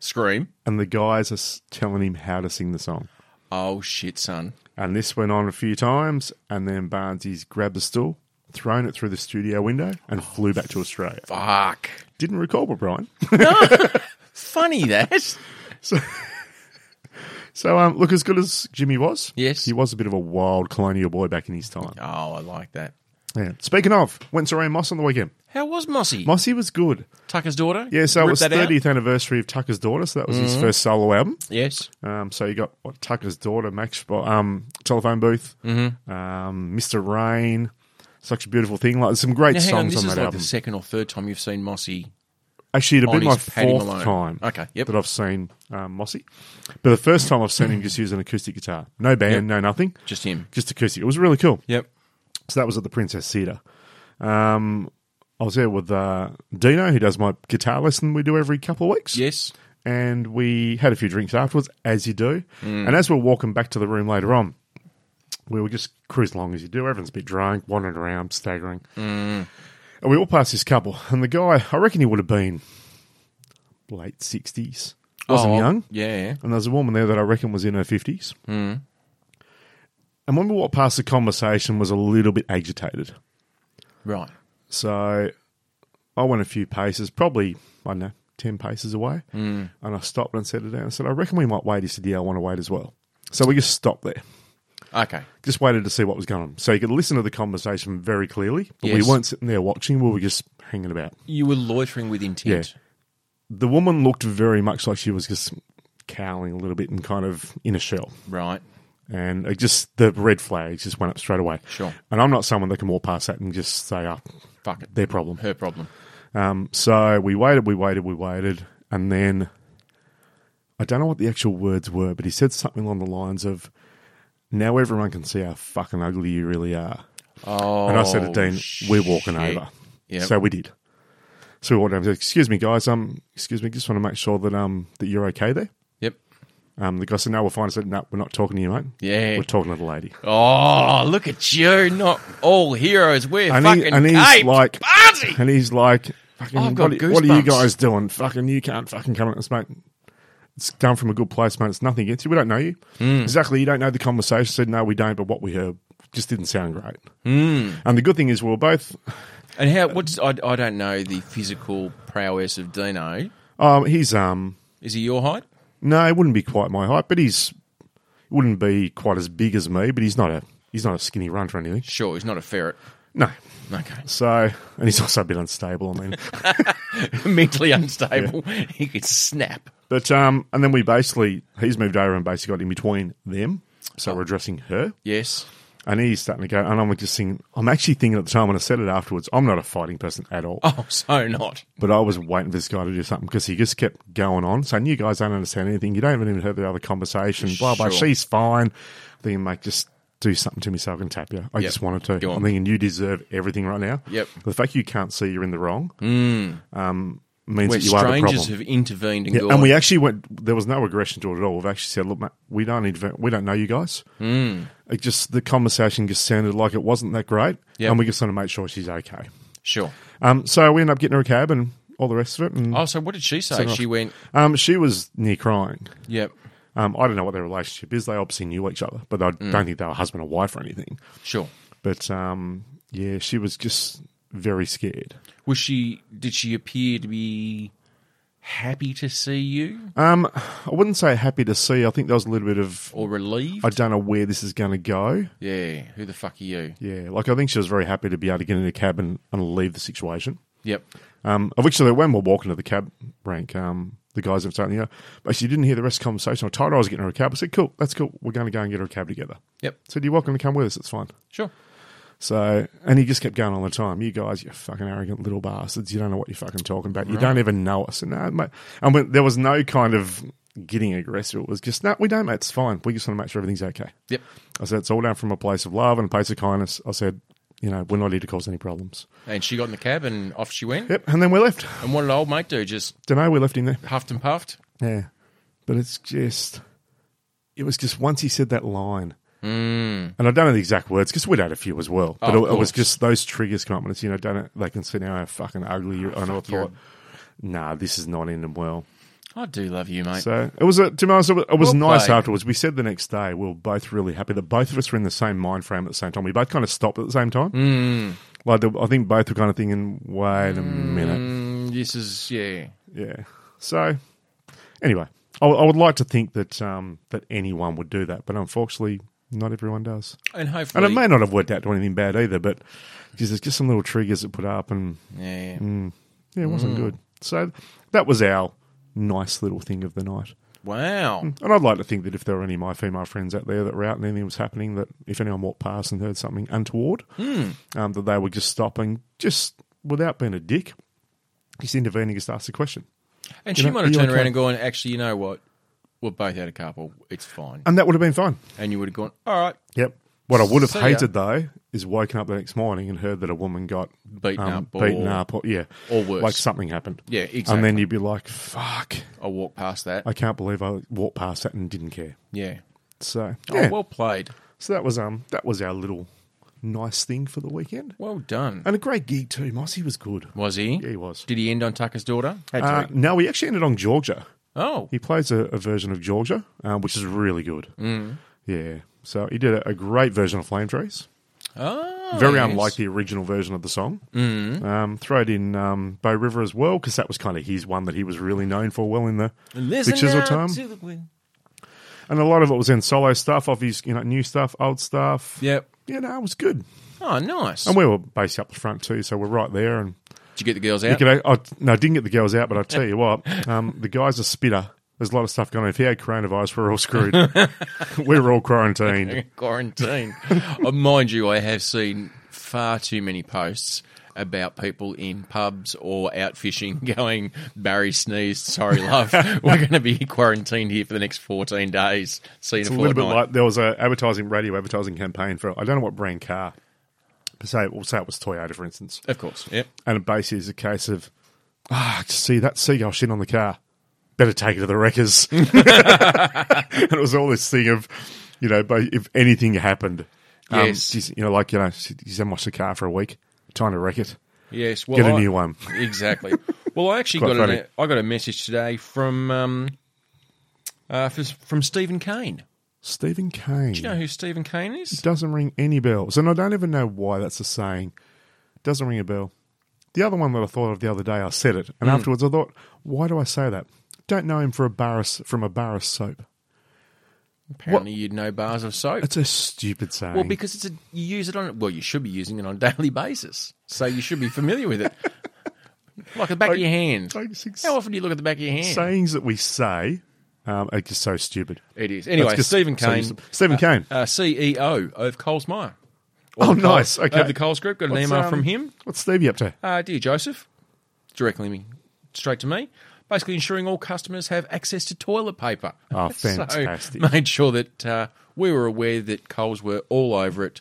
[SPEAKER 2] Scream.
[SPEAKER 3] and the guys are s- telling him how to sing the song.
[SPEAKER 2] Oh, shit, son.
[SPEAKER 3] And this went on a few times, and then Barnsley's grabbed the stool, thrown it through the studio window,
[SPEAKER 2] Oh,
[SPEAKER 3] and flew back to Australia.
[SPEAKER 2] Fuck.
[SPEAKER 3] Didn't recall but Brian.
[SPEAKER 2] Funny that.
[SPEAKER 3] So, um, look, as good as Jimmy was,
[SPEAKER 2] Yes.
[SPEAKER 3] he was a bit of a wild colonial boy back in his time.
[SPEAKER 2] Oh, I like that.
[SPEAKER 3] Yeah. Speaking of, went and saw Ian Moss on the weekend.
[SPEAKER 2] How was Mossy?
[SPEAKER 3] Mossy was good.
[SPEAKER 2] Tucker's daughter?
[SPEAKER 3] Yeah, so
[SPEAKER 2] Rip
[SPEAKER 3] it was
[SPEAKER 2] that out? Mm-hmm.
[SPEAKER 3] 30th anniversary of Tucker's Daughter, so that was his first solo album.
[SPEAKER 2] Yes.
[SPEAKER 3] Um, so you got what, Tucker's Daughter, Max, um, Telephone Booth,
[SPEAKER 2] Mm-hmm.
[SPEAKER 3] um, Mr. Rain, Such a Beautiful Thing. Like, there's some great
[SPEAKER 2] Now, hang on,
[SPEAKER 3] songs
[SPEAKER 2] this
[SPEAKER 3] on
[SPEAKER 2] is
[SPEAKER 3] that
[SPEAKER 2] like
[SPEAKER 3] album.
[SPEAKER 2] the second or third time you've seen Mossy.
[SPEAKER 3] Actually, it'd
[SPEAKER 2] on
[SPEAKER 3] been my
[SPEAKER 2] his Paddy
[SPEAKER 3] fourth
[SPEAKER 2] Malone.
[SPEAKER 3] time
[SPEAKER 2] Okay, yep.
[SPEAKER 3] that I've seen um, Mossy. But the first time I've seen him just use an acoustic guitar. No band, no nothing.
[SPEAKER 2] Just him.
[SPEAKER 3] Just acoustic. It was really cool.
[SPEAKER 2] Yep.
[SPEAKER 3] So that was at the Princess Theatre. Um, I was there with uh, Dino, who does my guitar lesson we do every couple of weeks.
[SPEAKER 2] Yes.
[SPEAKER 3] And we had a few drinks afterwards, as you do. And as we're walking back to the room later on, we were just cruising along as you do. Everyone's a bit drunk, wandering around, staggering. And we all passed this couple. And the guy, I reckon he would have been late 60s. Wasn't
[SPEAKER 2] Oh,
[SPEAKER 3] young.
[SPEAKER 2] Yeah. yeah.
[SPEAKER 3] And there's a woman there that I reckon was in her 50s. And when we walked past, the conversation was a little bit agitated.
[SPEAKER 2] Right.
[SPEAKER 3] So I went a few paces, probably, I don't know, 10 paces away.
[SPEAKER 2] Mm.
[SPEAKER 3] And I stopped and said to Dan, I said, I reckon we might wait. He said, Yeah, I want to wait as well. So we just stopped there,
[SPEAKER 2] Okay.
[SPEAKER 3] just waited to see what was going on. So you could listen to the conversation very clearly, but
[SPEAKER 2] Yes.
[SPEAKER 3] we weren't sitting there watching, we were just hanging about.
[SPEAKER 2] You were loitering with intent.
[SPEAKER 3] The woman looked very much like she was just cowling a little bit and kind of in a shell.
[SPEAKER 2] Right.
[SPEAKER 3] And it just the red flags just went up straight away.
[SPEAKER 2] Sure.
[SPEAKER 3] And I'm not someone that can walk past that and just say, oh,
[SPEAKER 2] Fuck it.
[SPEAKER 3] their problem.
[SPEAKER 2] Her problem.
[SPEAKER 3] Um, so we waited, we waited, we waited, and then I don't know what the actual words were, but he said something along the lines of, "Now everyone can see how fucking ugly you really are."
[SPEAKER 2] Oh.
[SPEAKER 3] and I said to Dean, "We're walking
[SPEAKER 2] shit.
[SPEAKER 3] over."
[SPEAKER 2] Yep.
[SPEAKER 3] So we did. So we walked over. and said, Excuse me, guys. Um, excuse me. Just want to make sure that um that you're okay there.
[SPEAKER 2] Yep.
[SPEAKER 3] Um, the guy said, "No, we're fine." I said, "No, we're not talking to you, mate.
[SPEAKER 2] Yeah.
[SPEAKER 3] we're talking to the lady."
[SPEAKER 2] Oh, look at you. Not all heroes. We're
[SPEAKER 3] And he-
[SPEAKER 2] fucking
[SPEAKER 3] and he's
[SPEAKER 2] caped.
[SPEAKER 3] like-
[SPEAKER 2] Barnsley!
[SPEAKER 3] And he's like, fucking,
[SPEAKER 2] I've got
[SPEAKER 3] what, are- what are you
[SPEAKER 2] goosebumps.
[SPEAKER 3] guys doing? Fucking, you can't fucking come at us, mate. It's done from a good place, mate. It's nothing against you. We don't know you.
[SPEAKER 2] Hmm.
[SPEAKER 3] Exactly. You don't know the conversation. Said, no, we don't, but what we heard just didn't sound great.
[SPEAKER 2] Hmm.
[SPEAKER 3] And the good thing is, we were both,
[SPEAKER 2] And how? What's I, I don't know the physical prowess of Dino.
[SPEAKER 3] um, he's, um,
[SPEAKER 2] Is he your height?
[SPEAKER 3] no, it wouldn't be quite my height, but he's, wouldn't be quite as big as me, but he's not a, he's not a skinny runt or anything.
[SPEAKER 2] Sure, he's not a ferret.
[SPEAKER 3] No.
[SPEAKER 2] Okay,
[SPEAKER 3] So, and he's also a bit unstable. I mean,
[SPEAKER 2] mentally unstable. He could snap.
[SPEAKER 3] but, um, and then we basically, he's moved over and basically got in between them. So we're addressing her.
[SPEAKER 2] Yes.
[SPEAKER 3] And he's starting to go, and I'm just thinking, I'm actually thinking at the time when I said it afterwards, I'm not a fighting person at all.
[SPEAKER 2] Oh, so not.
[SPEAKER 3] But I was waiting for this guy to do something because he just kept going on, saying, You guys don't understand anything. You don't even hear the other conversation, blah, blah.
[SPEAKER 2] Sure.
[SPEAKER 3] She's fine. I'm thinking, mate, just do something to me so I can tap you. I just wanted to.
[SPEAKER 2] Go on.
[SPEAKER 3] I'm thinking, You deserve everything right now.
[SPEAKER 2] Yep.
[SPEAKER 3] The fact you can't see you're in the wrong um, means
[SPEAKER 2] Where
[SPEAKER 3] that you are the problem.
[SPEAKER 2] strangers have intervened and
[SPEAKER 3] Yeah,
[SPEAKER 2] gone.
[SPEAKER 3] and we actually went. There was no aggression to it at all. We've actually said, "Look, mate, we don't inv- we don't know you guys. Mm. It just the conversation just sounded like it wasn't that great,
[SPEAKER 2] Yep.
[SPEAKER 3] and we just want to make sure she's okay."
[SPEAKER 2] sure.
[SPEAKER 3] Um, so we ended up getting her a cab and all the rest of it, and
[SPEAKER 2] Oh, so what did she say? She went.
[SPEAKER 3] um, she was near crying.
[SPEAKER 2] Yep.
[SPEAKER 3] Um, I don't know what their relationship is. They obviously knew each other, but I don't think they were husband and wife or anything.
[SPEAKER 2] Sure.
[SPEAKER 3] But um, yeah, she was just very scared.
[SPEAKER 2] Was she? Did she appear to be happy to see you
[SPEAKER 3] Um, I wouldn't say happy to see. I think there was a little bit of
[SPEAKER 2] or relieved?
[SPEAKER 3] I don't know where this is going to go.
[SPEAKER 2] yeah, who the fuck are you?
[SPEAKER 3] Yeah, like I think she was very happy to be able to get in a cab and, and leave the situation.
[SPEAKER 2] Yep.
[SPEAKER 3] Um, of which though, when we're walking to the cab rank, um, the guys have started, you know, but she didn't hear the rest of the conversation. I told her I was getting her a cab. I said, cool, that's cool. We're going to go and get her a cab together.
[SPEAKER 2] Yep.
[SPEAKER 3] I said, you're welcome to come with us. It's fine.
[SPEAKER 2] Sure.
[SPEAKER 3] So, and he just kept going all the time. You guys, you fucking arrogant little bastards. You don't know what you're fucking talking about. You don't even know us. And, no, mate. and when, there was no kind of getting aggressive. It was just, no, we don't, mate. It's fine. We just want to make sure everything's okay.
[SPEAKER 2] Yep.
[SPEAKER 3] I said, it's all down from a place of love and a place of kindness. I said, you know, we're not here to cause any problems.
[SPEAKER 2] And she got in the cab and off she went.
[SPEAKER 3] Yep. And then we left.
[SPEAKER 2] And what did old mate do? Just
[SPEAKER 3] Don't know. We left him there.
[SPEAKER 2] huffed and puffed.
[SPEAKER 3] Yeah. But it's just, it was just once he said that line.
[SPEAKER 2] Hmm.
[SPEAKER 3] Mm. And I don't know the exact words because we'd had a few as well. But
[SPEAKER 2] Oh,
[SPEAKER 3] it,
[SPEAKER 2] of
[SPEAKER 3] it was
[SPEAKER 2] course.
[SPEAKER 3] just those triggers come up and it's, you know, don't it, they can see now how fucking ugly you are. And I thought, nah, this is not ending well.
[SPEAKER 2] I do love you, mate.
[SPEAKER 3] So it was, a, to be honest, it was, it was
[SPEAKER 2] Well
[SPEAKER 3] nice
[SPEAKER 2] played.
[SPEAKER 3] afterwards. We said the next day we were both really happy that both of us were in the same mind frame at the same time. We both kind of stopped at the same time. Like, the, I think both were kind of thinking, wait a minute.
[SPEAKER 2] Mm. Mm, this is yeah.
[SPEAKER 3] Yeah. So, anyway, I, I would like to think that um, that anyone would do that, but unfortunately, not everyone does.
[SPEAKER 2] And hopefully,
[SPEAKER 3] And it may not have worked out to anything bad either, but geez, there's just some little triggers that put up, and
[SPEAKER 2] yeah.
[SPEAKER 3] Mm. yeah, it
[SPEAKER 2] Mm.
[SPEAKER 3] wasn't good. So that was our nice little thing of the night.
[SPEAKER 2] Wow.
[SPEAKER 3] And I'd like to think that if there were any of my female friends out there that were out and anything was happening, that if anyone walked past and heard something untoward,
[SPEAKER 2] Hmm.
[SPEAKER 3] um, that they would just stop and just without being a dick, just intervene and just ask the question.
[SPEAKER 2] And
[SPEAKER 3] You
[SPEAKER 2] she
[SPEAKER 3] know,
[SPEAKER 2] might have
[SPEAKER 3] you
[SPEAKER 2] turned
[SPEAKER 3] okay?
[SPEAKER 2] around and gone, actually, you know what? We're both out of carpool. It's fine.
[SPEAKER 3] And that would have been fine.
[SPEAKER 2] And you would have gone, all right,
[SPEAKER 3] Yep. What I would have
[SPEAKER 2] So, yeah.
[SPEAKER 3] hated though is woken up the next morning and heard that a woman got
[SPEAKER 2] beaten
[SPEAKER 3] um,
[SPEAKER 2] up. Or,
[SPEAKER 3] beaten up, or yeah,
[SPEAKER 2] or worse.
[SPEAKER 3] like something happened.
[SPEAKER 2] Yeah, exactly.
[SPEAKER 3] And then you'd be like, "Fuck,
[SPEAKER 2] I'll walk past that.
[SPEAKER 3] I can't believe I walked past that and didn't care."
[SPEAKER 2] yeah.
[SPEAKER 3] So yeah,
[SPEAKER 2] Oh, well played.
[SPEAKER 3] so that was um that was our little nice thing for the weekend,
[SPEAKER 2] Well done.
[SPEAKER 3] and a great gig too. Mossy was good.
[SPEAKER 2] Was he?
[SPEAKER 3] Uh, Yeah, he was.
[SPEAKER 2] Did he end on Tucker's daughter?
[SPEAKER 3] Uh, no, we actually ended on Georgia.
[SPEAKER 2] oh,
[SPEAKER 3] He plays a, a version of Georgia, um, which is really good. Yeah, so he did a, a great version of Flame Trees.
[SPEAKER 2] oh,
[SPEAKER 3] very
[SPEAKER 2] yes.
[SPEAKER 3] unlike the original version of the song. Mm-hmm. Um, throw it in um, Bow River as well because that was kind of his one that he was really known for. Well, in the
[SPEAKER 2] Listen
[SPEAKER 3] the Chisel
[SPEAKER 2] out
[SPEAKER 3] Time.
[SPEAKER 2] to the wind.
[SPEAKER 3] and a lot of it was in solo stuff, of his you know new stuff, old stuff.
[SPEAKER 2] Yep.
[SPEAKER 3] yeah, no, it was good.
[SPEAKER 2] Oh, nice.
[SPEAKER 3] And we were based up the front too, so we're right there. And
[SPEAKER 2] Did you get the girls
[SPEAKER 3] you
[SPEAKER 2] out?
[SPEAKER 3] could, I, no, I didn't get the girls out, but I tell you what, um, the guys are spitter. There's a lot of stuff going on. If he had coronavirus, we're all screwed. we were all quarantined.
[SPEAKER 2] Quarantine. uh, mind you, I have seen far too many posts about people in pubs or out fishing going, Barry sneezed, sorry, love. We're going to be quarantined here for the next 14 days. See you
[SPEAKER 3] It's
[SPEAKER 2] in
[SPEAKER 3] a
[SPEAKER 2] a
[SPEAKER 3] little
[SPEAKER 2] fortnight.
[SPEAKER 3] bit like there was a advertising radio advertising campaign for I don't know what brand car. But say we'll say it was Toyota, for instance.
[SPEAKER 2] of course. Yep.
[SPEAKER 3] And it basically is a case of, ah, see that seagull shit on the car. Better take it to the wreckers. and it was all this thing of, you know, but if anything happened, um,
[SPEAKER 2] Yes.
[SPEAKER 3] geez, you know, like, you know, he's not watched the car for a week. Time to wreck it.
[SPEAKER 2] Yes. Well,
[SPEAKER 3] Get a
[SPEAKER 2] I-
[SPEAKER 3] new one.
[SPEAKER 2] Exactly. Well, I actually
[SPEAKER 3] Quite
[SPEAKER 2] got an,
[SPEAKER 3] funny.
[SPEAKER 2] I got a message today from um, uh, f- from Stephen Kane.
[SPEAKER 3] Stephen Kane.
[SPEAKER 2] Do you know who Stephen Kane is?
[SPEAKER 3] doesn't ring any bells. And I don't even know why that's a saying. Doesn't ring a bell. The other one that I thought of the other day, I said it,
[SPEAKER 2] Hmm.
[SPEAKER 3] and afterwards I thought, why do I say that? Don't know him for a bar of, from a bar of soap.
[SPEAKER 2] Apparently, you'd know bars of soap.
[SPEAKER 3] It's a stupid saying.
[SPEAKER 2] Well, because it's a you use it on well, you should be using it on a daily basis, so you should be familiar with it, like the back of your hand.
[SPEAKER 3] Like, it's ex-
[SPEAKER 2] How often do you look at the back of your hand?
[SPEAKER 3] sayings that we say um, are just so stupid.
[SPEAKER 2] It is anyway.
[SPEAKER 3] That's just
[SPEAKER 2] Stephen
[SPEAKER 3] so
[SPEAKER 2] Kane,
[SPEAKER 3] stupid. Stephen Kane.
[SPEAKER 2] uh, CEO of Coles Meyer.
[SPEAKER 3] Oh, nice. Okay.
[SPEAKER 2] Of uh, the Coles Group, got an email
[SPEAKER 3] um,
[SPEAKER 2] from him.
[SPEAKER 3] What's Stevie up to?
[SPEAKER 2] Uh, dear Joseph, directly me, straight to me. Basically, ensuring all customers have access to toilet paper.
[SPEAKER 3] Oh,
[SPEAKER 2] So,
[SPEAKER 3] fantastic.
[SPEAKER 2] made sure that uh, we were aware that Coles were all over it.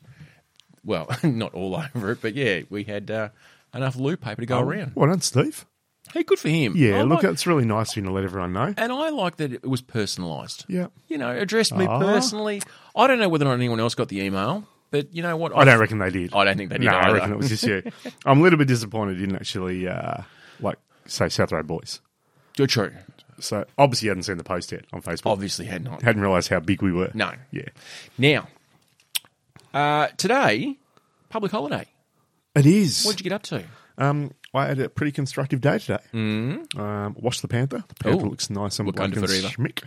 [SPEAKER 2] Well, not all over it, but yeah, we had uh, enough loo paper to go around.
[SPEAKER 3] Well done, Steve.
[SPEAKER 2] Hey, good for him.
[SPEAKER 3] Oh. Yeah,
[SPEAKER 2] I
[SPEAKER 3] look,
[SPEAKER 2] like,
[SPEAKER 3] it's really nice of you to let everyone know.
[SPEAKER 2] and I like that it was personalised.
[SPEAKER 3] Yeah. Ah.
[SPEAKER 2] you know, addressed me
[SPEAKER 3] Aw.
[SPEAKER 2] personally. I don't know whether or not anyone else got the email, but you know what?
[SPEAKER 3] I don't reckon they did.
[SPEAKER 2] I don't think they did
[SPEAKER 3] No, I
[SPEAKER 2] either.
[SPEAKER 3] reckon it was just you. I'm a little bit disappointed. You didn't actually uh, like say South Road Boys.
[SPEAKER 2] You're true.
[SPEAKER 3] So obviously, you hadn't seen the post yet on Facebook.
[SPEAKER 2] Obviously, had not.
[SPEAKER 3] Hadn't realised how big we were.
[SPEAKER 2] No.
[SPEAKER 3] Yeah,
[SPEAKER 2] Now, uh, today, public holiday.
[SPEAKER 3] it is.
[SPEAKER 2] What did you get up to?
[SPEAKER 3] Um, I had a pretty constructive day today. Mm. Um, watched the Panther. The Panther
[SPEAKER 2] Ooh.
[SPEAKER 3] looks nice and
[SPEAKER 2] Looked
[SPEAKER 3] black and
[SPEAKER 2] under forever.
[SPEAKER 3] schmick.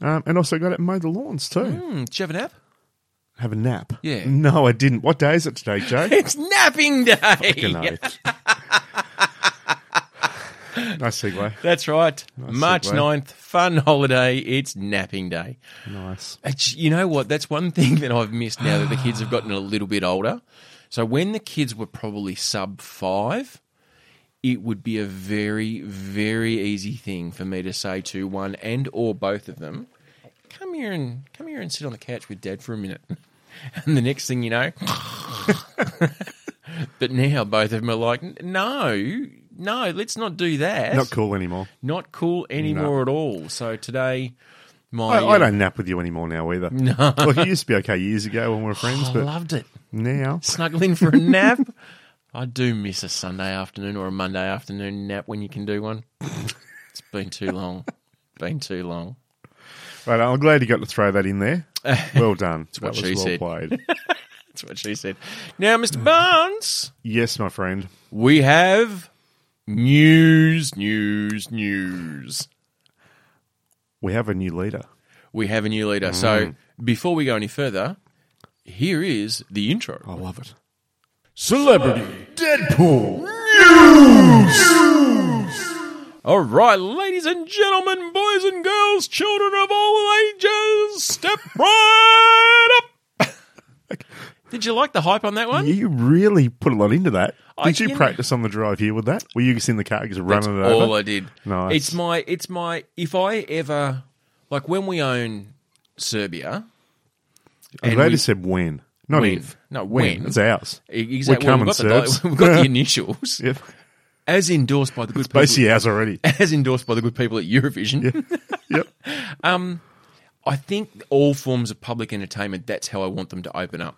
[SPEAKER 3] Um, and also got it mowed the lawns too.
[SPEAKER 2] Hmm, did you have a nap?
[SPEAKER 3] Have a nap.
[SPEAKER 2] Yeah.
[SPEAKER 3] No, I didn't. What day is it today, Jay?
[SPEAKER 2] It's napping day.
[SPEAKER 3] Fucking oath. nice segue.
[SPEAKER 2] That's right. March
[SPEAKER 3] segue.
[SPEAKER 2] 9th, fun holiday. It's napping day.
[SPEAKER 3] Nice.
[SPEAKER 2] It's- You know what? That's one thing that I've missed now that the kids have gotten a little bit older. So when the kids were probably sub five, it would be a very, very easy thing for me to say to one and or both of them, "Come here and come here and sit on the couch with Dad for a minute." And the next thing you know, but now both of them are like, "No, no, let's not do that.
[SPEAKER 3] Not cool anymore.
[SPEAKER 2] Not cool anymore at all." So today,
[SPEAKER 3] I,
[SPEAKER 2] my
[SPEAKER 3] I
[SPEAKER 2] uh,
[SPEAKER 3] don't nap with you anymore now either. No. Look, it used to be okay years ago when we were friends,
[SPEAKER 2] I
[SPEAKER 3] but
[SPEAKER 2] loved it.
[SPEAKER 3] now
[SPEAKER 2] snuggle in for a nap. I do miss a Sunday afternoon or a Monday afternoon nap when you can do one. It's been too long. Been too long.
[SPEAKER 3] Right, I'm glad you got to throw that in there. Well done. that
[SPEAKER 2] what
[SPEAKER 3] was
[SPEAKER 2] she
[SPEAKER 3] well
[SPEAKER 2] said.
[SPEAKER 3] played.
[SPEAKER 2] That's what she said. Now, Mr. Barnes,
[SPEAKER 3] Yes, my friend.
[SPEAKER 2] we have news, news, news.
[SPEAKER 3] We have a new leader.
[SPEAKER 2] We have a new leader. So, before we go any further, here is the intro.
[SPEAKER 3] I love it.
[SPEAKER 1] Celebrity Deadpool.
[SPEAKER 2] All right, ladies and gentlemen, boys and girls, children of all ages, step right up. Did you like the hype on that one?
[SPEAKER 3] You really put a lot into that.
[SPEAKER 2] I-
[SPEAKER 3] Did you
[SPEAKER 2] you know-
[SPEAKER 3] practice on the drive here with that? Were you just in the car just
[SPEAKER 2] That's
[SPEAKER 3] running it
[SPEAKER 2] all
[SPEAKER 3] over?
[SPEAKER 2] Oh, I did.
[SPEAKER 3] Nice.
[SPEAKER 2] It's my it's my if I ever like when we own Serbia.
[SPEAKER 3] I'm
[SPEAKER 2] and
[SPEAKER 3] glad
[SPEAKER 2] we-
[SPEAKER 3] you said when, not
[SPEAKER 2] When.
[SPEAKER 3] if.
[SPEAKER 2] No, when.
[SPEAKER 3] It's ours.
[SPEAKER 2] e- exactly,
[SPEAKER 3] We're
[SPEAKER 2] we've, got
[SPEAKER 3] coming,
[SPEAKER 2] the,
[SPEAKER 3] Serbs.
[SPEAKER 2] we've got the initials
[SPEAKER 3] Yep.
[SPEAKER 2] as endorsed by the good people,
[SPEAKER 3] Basically ours already.
[SPEAKER 2] as endorsed by the good people at Eurovision. Um,
[SPEAKER 3] Yep.
[SPEAKER 2] I think all forms of public entertainment. That's how I want them to open up.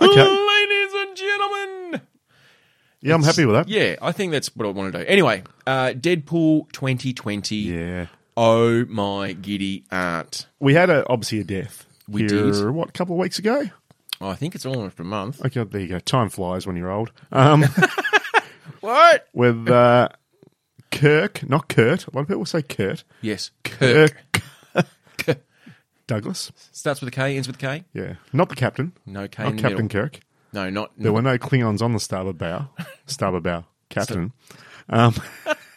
[SPEAKER 3] Okay.
[SPEAKER 2] Ladies and gentlemen,
[SPEAKER 3] Yeah, I'm happy with that.
[SPEAKER 2] Yeah, I think that's what I want to do. Anyway, uh, Deadpool 2020.
[SPEAKER 3] Yeah.
[SPEAKER 2] Oh my giddy aunt.
[SPEAKER 3] We had a, obviously a death.
[SPEAKER 2] We
[SPEAKER 3] here,
[SPEAKER 2] did.
[SPEAKER 3] What, a couple of weeks ago?
[SPEAKER 2] Oh, I think it's almost a month.
[SPEAKER 3] Okay, there you go. Time flies when you're old. Um,
[SPEAKER 2] What?
[SPEAKER 3] with uh, Kirk, not Kurt. A lot of people say Kurt.
[SPEAKER 2] Yes. Kirk.
[SPEAKER 3] Kirk. Douglas.
[SPEAKER 2] Starts with a K, ends with a K.
[SPEAKER 3] Yeah. Not the captain.
[SPEAKER 2] No K
[SPEAKER 3] Not
[SPEAKER 2] in the
[SPEAKER 3] Captain
[SPEAKER 2] middle.
[SPEAKER 3] Kirk.
[SPEAKER 2] No, not.
[SPEAKER 3] There
[SPEAKER 2] No.
[SPEAKER 3] were no Klingons on the starboard bow. Starboard bow. Captain. Um,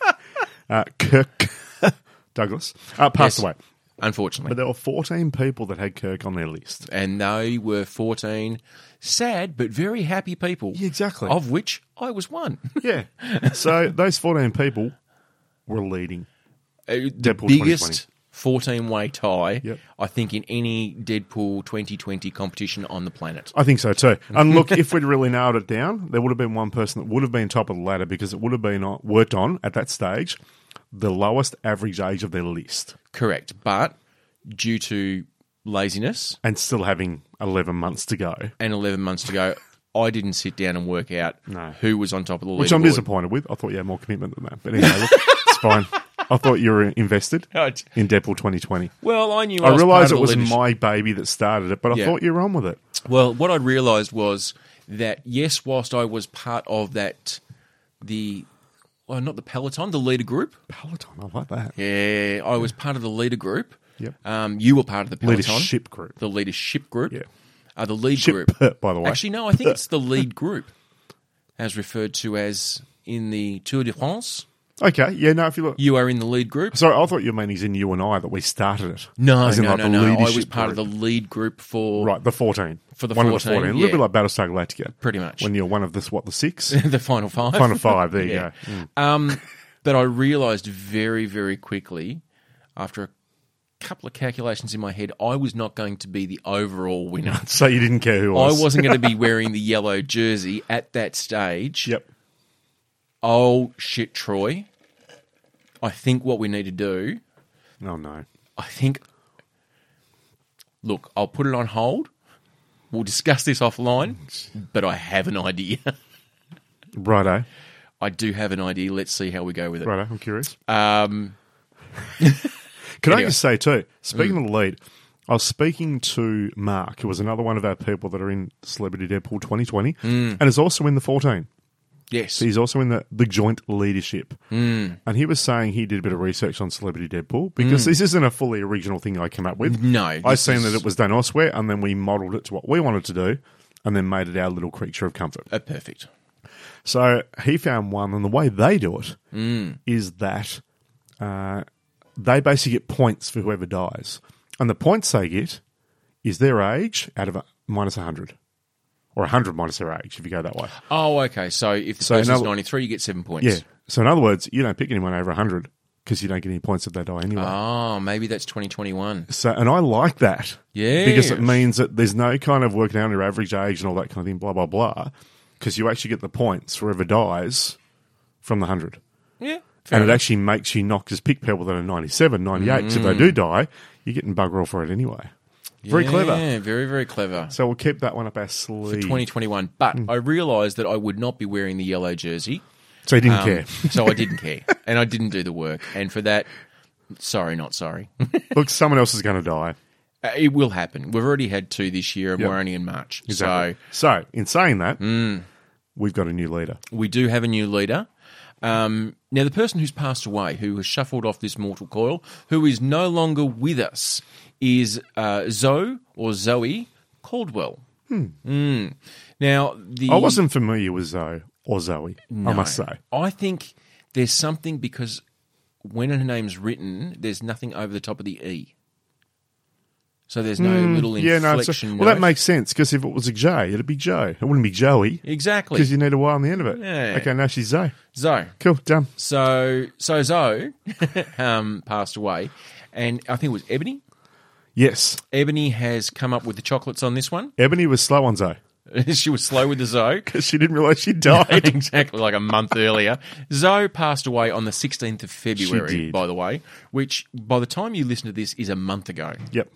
[SPEAKER 3] uh, Kirk Douglas uh, passed
[SPEAKER 2] Yes.
[SPEAKER 3] away.
[SPEAKER 2] Unfortunately.
[SPEAKER 3] But there were 14 people that had Kirk on their list.
[SPEAKER 2] and they were 14 sad but very happy people.
[SPEAKER 3] Yeah, exactly.
[SPEAKER 2] Of which I was one. Uh,
[SPEAKER 3] Yeah. so those 14 people were leading.
[SPEAKER 2] Uh, the
[SPEAKER 3] Deadpool
[SPEAKER 2] biggest 14 way tie,
[SPEAKER 3] Yep.
[SPEAKER 2] I think, in any Deadpool 2020 competition on the planet.
[SPEAKER 3] I think so too. And look, if we'd really nailed it down, there would have been one person that would have been top of the ladder because it would have been on, worked on at that stage the lowest average age of their list
[SPEAKER 2] Correct, but due to laziness
[SPEAKER 3] and still having 11 months to go,
[SPEAKER 2] and 11 months to go, I didn't sit down and work out who was on top of the leaderboard.
[SPEAKER 3] which I'm disappointed with. I thought you had more commitment than that. But anyway, look, it's fine. I thought you were invested
[SPEAKER 2] No, it's-
[SPEAKER 3] in Deadpool 2020.
[SPEAKER 2] Well, I knew I,
[SPEAKER 3] I realised it
[SPEAKER 2] part of
[SPEAKER 3] was
[SPEAKER 2] the leadership.
[SPEAKER 3] my baby that started it, but I
[SPEAKER 2] Yeah.
[SPEAKER 3] thought you were on with it.
[SPEAKER 2] Well, what I realised was that yes, whilst I was part of that, the well, not the peloton, the leader group.
[SPEAKER 3] Peloton, I like that.
[SPEAKER 2] Yeah, I was part of the leader group.
[SPEAKER 3] Yep.
[SPEAKER 2] Um, you were part of the peloton,
[SPEAKER 3] Leadership group.
[SPEAKER 2] the leadership group.
[SPEAKER 3] Yeah.
[SPEAKER 2] Uh, the lead
[SPEAKER 3] Ship,
[SPEAKER 2] group.
[SPEAKER 3] by the way.
[SPEAKER 2] Actually, no, I think it's the lead group, as referred to as in the Tour de France.
[SPEAKER 3] Okay, yeah, no, if you look.
[SPEAKER 2] You are in the lead group.
[SPEAKER 3] Sorry, I thought you meant he's in you and I that we started it.
[SPEAKER 2] No,
[SPEAKER 3] As in,
[SPEAKER 2] no,
[SPEAKER 3] like,
[SPEAKER 2] no,
[SPEAKER 3] the
[SPEAKER 2] no. I was
[SPEAKER 3] leadership
[SPEAKER 2] part
[SPEAKER 3] group.
[SPEAKER 2] of the lead group for
[SPEAKER 3] Right, the fourteen
[SPEAKER 2] For the
[SPEAKER 3] one of
[SPEAKER 2] 14,
[SPEAKER 3] A little bit
[SPEAKER 2] yeah.
[SPEAKER 3] like Battlestar Galactica,
[SPEAKER 2] Pretty much.
[SPEAKER 3] When you're one of this, what the six,
[SPEAKER 2] the final five.
[SPEAKER 3] one of five. There you
[SPEAKER 2] Yeah.
[SPEAKER 3] go. Mm.
[SPEAKER 2] Um, but I realised very, very quickly, after a couple of calculations in my head, I was not going to be the overall winner.
[SPEAKER 3] Mm. So you didn't care who
[SPEAKER 2] I
[SPEAKER 3] was.
[SPEAKER 2] wasn't going to be wearing the yellow jersey at that stage.
[SPEAKER 3] Yep.
[SPEAKER 2] Oh shit, Troy! I think what we need to do
[SPEAKER 3] Oh no.
[SPEAKER 2] I think. Look, I'll put it on hold. We'll discuss this offline, but I have an idea.
[SPEAKER 3] Righto,
[SPEAKER 2] I do have an idea. Let's see how we go with it.
[SPEAKER 3] righto. I'm curious.
[SPEAKER 2] Um,
[SPEAKER 3] Can I
[SPEAKER 2] anyway. Mm.
[SPEAKER 3] just say too? Speaking of the lead, I was speaking to Mark,
[SPEAKER 2] Mm.
[SPEAKER 3] who was another one of our people that are in Celebrity Deadpool 2020, and is also in the 14.
[SPEAKER 2] Yes.
[SPEAKER 3] He's also in the, the joint leadership.
[SPEAKER 2] Hmm.
[SPEAKER 3] And he was saying he did a bit of research on Celebrity Deadpool because this isn't a fully original thing I came up with.
[SPEAKER 2] Hmm. No,
[SPEAKER 3] I
[SPEAKER 2] this
[SPEAKER 3] seen
[SPEAKER 2] is-
[SPEAKER 3] that it was done elsewhere and then we modelled it to what we wanted to do and then made it our little creature of comfort.
[SPEAKER 2] Uh, perfect.
[SPEAKER 3] So he found one, and the way they do it is
[SPEAKER 2] Hmm.
[SPEAKER 3] that uh, they basically get points for whoever dies, and the points they get is their age out of a, minus hundred, or hundred minus their age if you go that way.
[SPEAKER 2] Oh, okay. So if the
[SPEAKER 3] So
[SPEAKER 2] person's
[SPEAKER 3] another-
[SPEAKER 2] 93, you get seven points.
[SPEAKER 3] Yeah. So in other words, you don't pick anyone over hundred because you don't get any points if they die anyway.
[SPEAKER 2] Oh, maybe that's 2021.
[SPEAKER 3] So, and I like that.
[SPEAKER 2] Yes.
[SPEAKER 3] Because it means that there's no kind of working out your average age and all that kind of thing, blah, blah, blah. Because you actually get the points whoever dies from the 100.
[SPEAKER 2] Yeah.
[SPEAKER 3] and it actually makes you not, because pick people that are 97, 98, so if they
[SPEAKER 2] Mm.
[SPEAKER 3] do die, you're getting bugger all for it anyway. Very clever.
[SPEAKER 2] Yeah, very, very clever.
[SPEAKER 3] So we'll keep that one up our sleeve.
[SPEAKER 2] 2021. But
[SPEAKER 3] Hmm.
[SPEAKER 2] I realised that I would not be wearing the yellow jersey.
[SPEAKER 3] so you didn't
[SPEAKER 2] Um,
[SPEAKER 3] care.
[SPEAKER 2] so I didn't care. And I didn't do the work. And for that, sorry, not sorry.
[SPEAKER 3] Look, someone else is going to die.
[SPEAKER 2] Uh, It will happen. We've already had two this year, and
[SPEAKER 3] Yep.
[SPEAKER 2] we're only in March.
[SPEAKER 3] Exactly. So, in saying that,
[SPEAKER 2] Mm.
[SPEAKER 3] we've got a new leader.
[SPEAKER 2] So we do have a new leader. Um, now, the person who's passed away, who has shuffled off this mortal coil, who is no longer with us, is uh, Zoe or Zoe Caldwell. Hmm. Now, the
[SPEAKER 3] I wasn't familiar with Zoe or Zoe, I must say.
[SPEAKER 2] I think there's something because when her name's written, there's nothing over the top of the e. So there's no little
[SPEAKER 3] Hmm. Yeah,
[SPEAKER 2] inflection.
[SPEAKER 3] no. it's a- well, that
[SPEAKER 2] noise.
[SPEAKER 3] makes sense because if it was a J, it'd be Joe. It wouldn't be Joey
[SPEAKER 2] exactly
[SPEAKER 3] because you need a Y on the end of it.
[SPEAKER 2] Yeah.
[SPEAKER 3] Okay, now she's Zoe.
[SPEAKER 2] Zoe.
[SPEAKER 3] Cool, done.
[SPEAKER 2] So so Zoe um, passed away, and I think it was Ebony.
[SPEAKER 3] Yes,
[SPEAKER 2] Ebony has come up with the chocolates on this one.
[SPEAKER 3] Ebony was slow on Zoe
[SPEAKER 2] she was slow with the Zoe.
[SPEAKER 3] because she didn't realize she died.
[SPEAKER 2] exactly like a month earlier. Zoe passed away on the 16th of February,
[SPEAKER 3] did.
[SPEAKER 2] by the way, which by the time you listen to this is a month ago.
[SPEAKER 3] yep.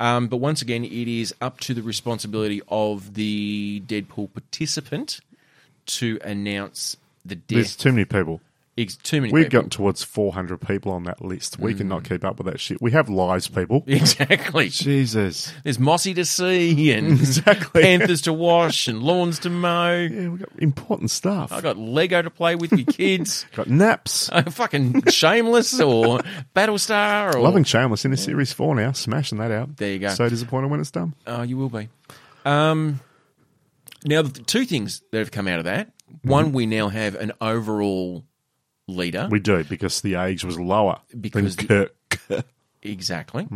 [SPEAKER 2] Um, but once again, it is up to the responsibility of the Deadpool participant to announce the
[SPEAKER 3] There's
[SPEAKER 2] death.
[SPEAKER 3] too many people.
[SPEAKER 2] It's too many
[SPEAKER 3] We've
[SPEAKER 2] people.
[SPEAKER 3] gotten towards 400 people on that list. We cannot
[SPEAKER 2] Mm.
[SPEAKER 3] keep up with that shit. We have lives, people.
[SPEAKER 2] Exactly.
[SPEAKER 3] Jesus.
[SPEAKER 2] There's mossy to see and
[SPEAKER 3] Exactly.
[SPEAKER 2] panthers to wash and lawns to mow.
[SPEAKER 3] Yeah, we've got important stuff.
[SPEAKER 2] I got Lego to play with with kids.
[SPEAKER 3] got naps.
[SPEAKER 2] I'm fucking shameless or Battlestar or
[SPEAKER 3] Loving Shameless in this series four now, smashing that out.
[SPEAKER 2] There you go.
[SPEAKER 3] So disappointed when it's done.
[SPEAKER 2] Oh, you will be. Um, now, the two things that have come out of that. One, we now have an overall leader.
[SPEAKER 3] We do because the age was lower
[SPEAKER 2] Because the-
[SPEAKER 3] than Kirk.
[SPEAKER 2] exactly.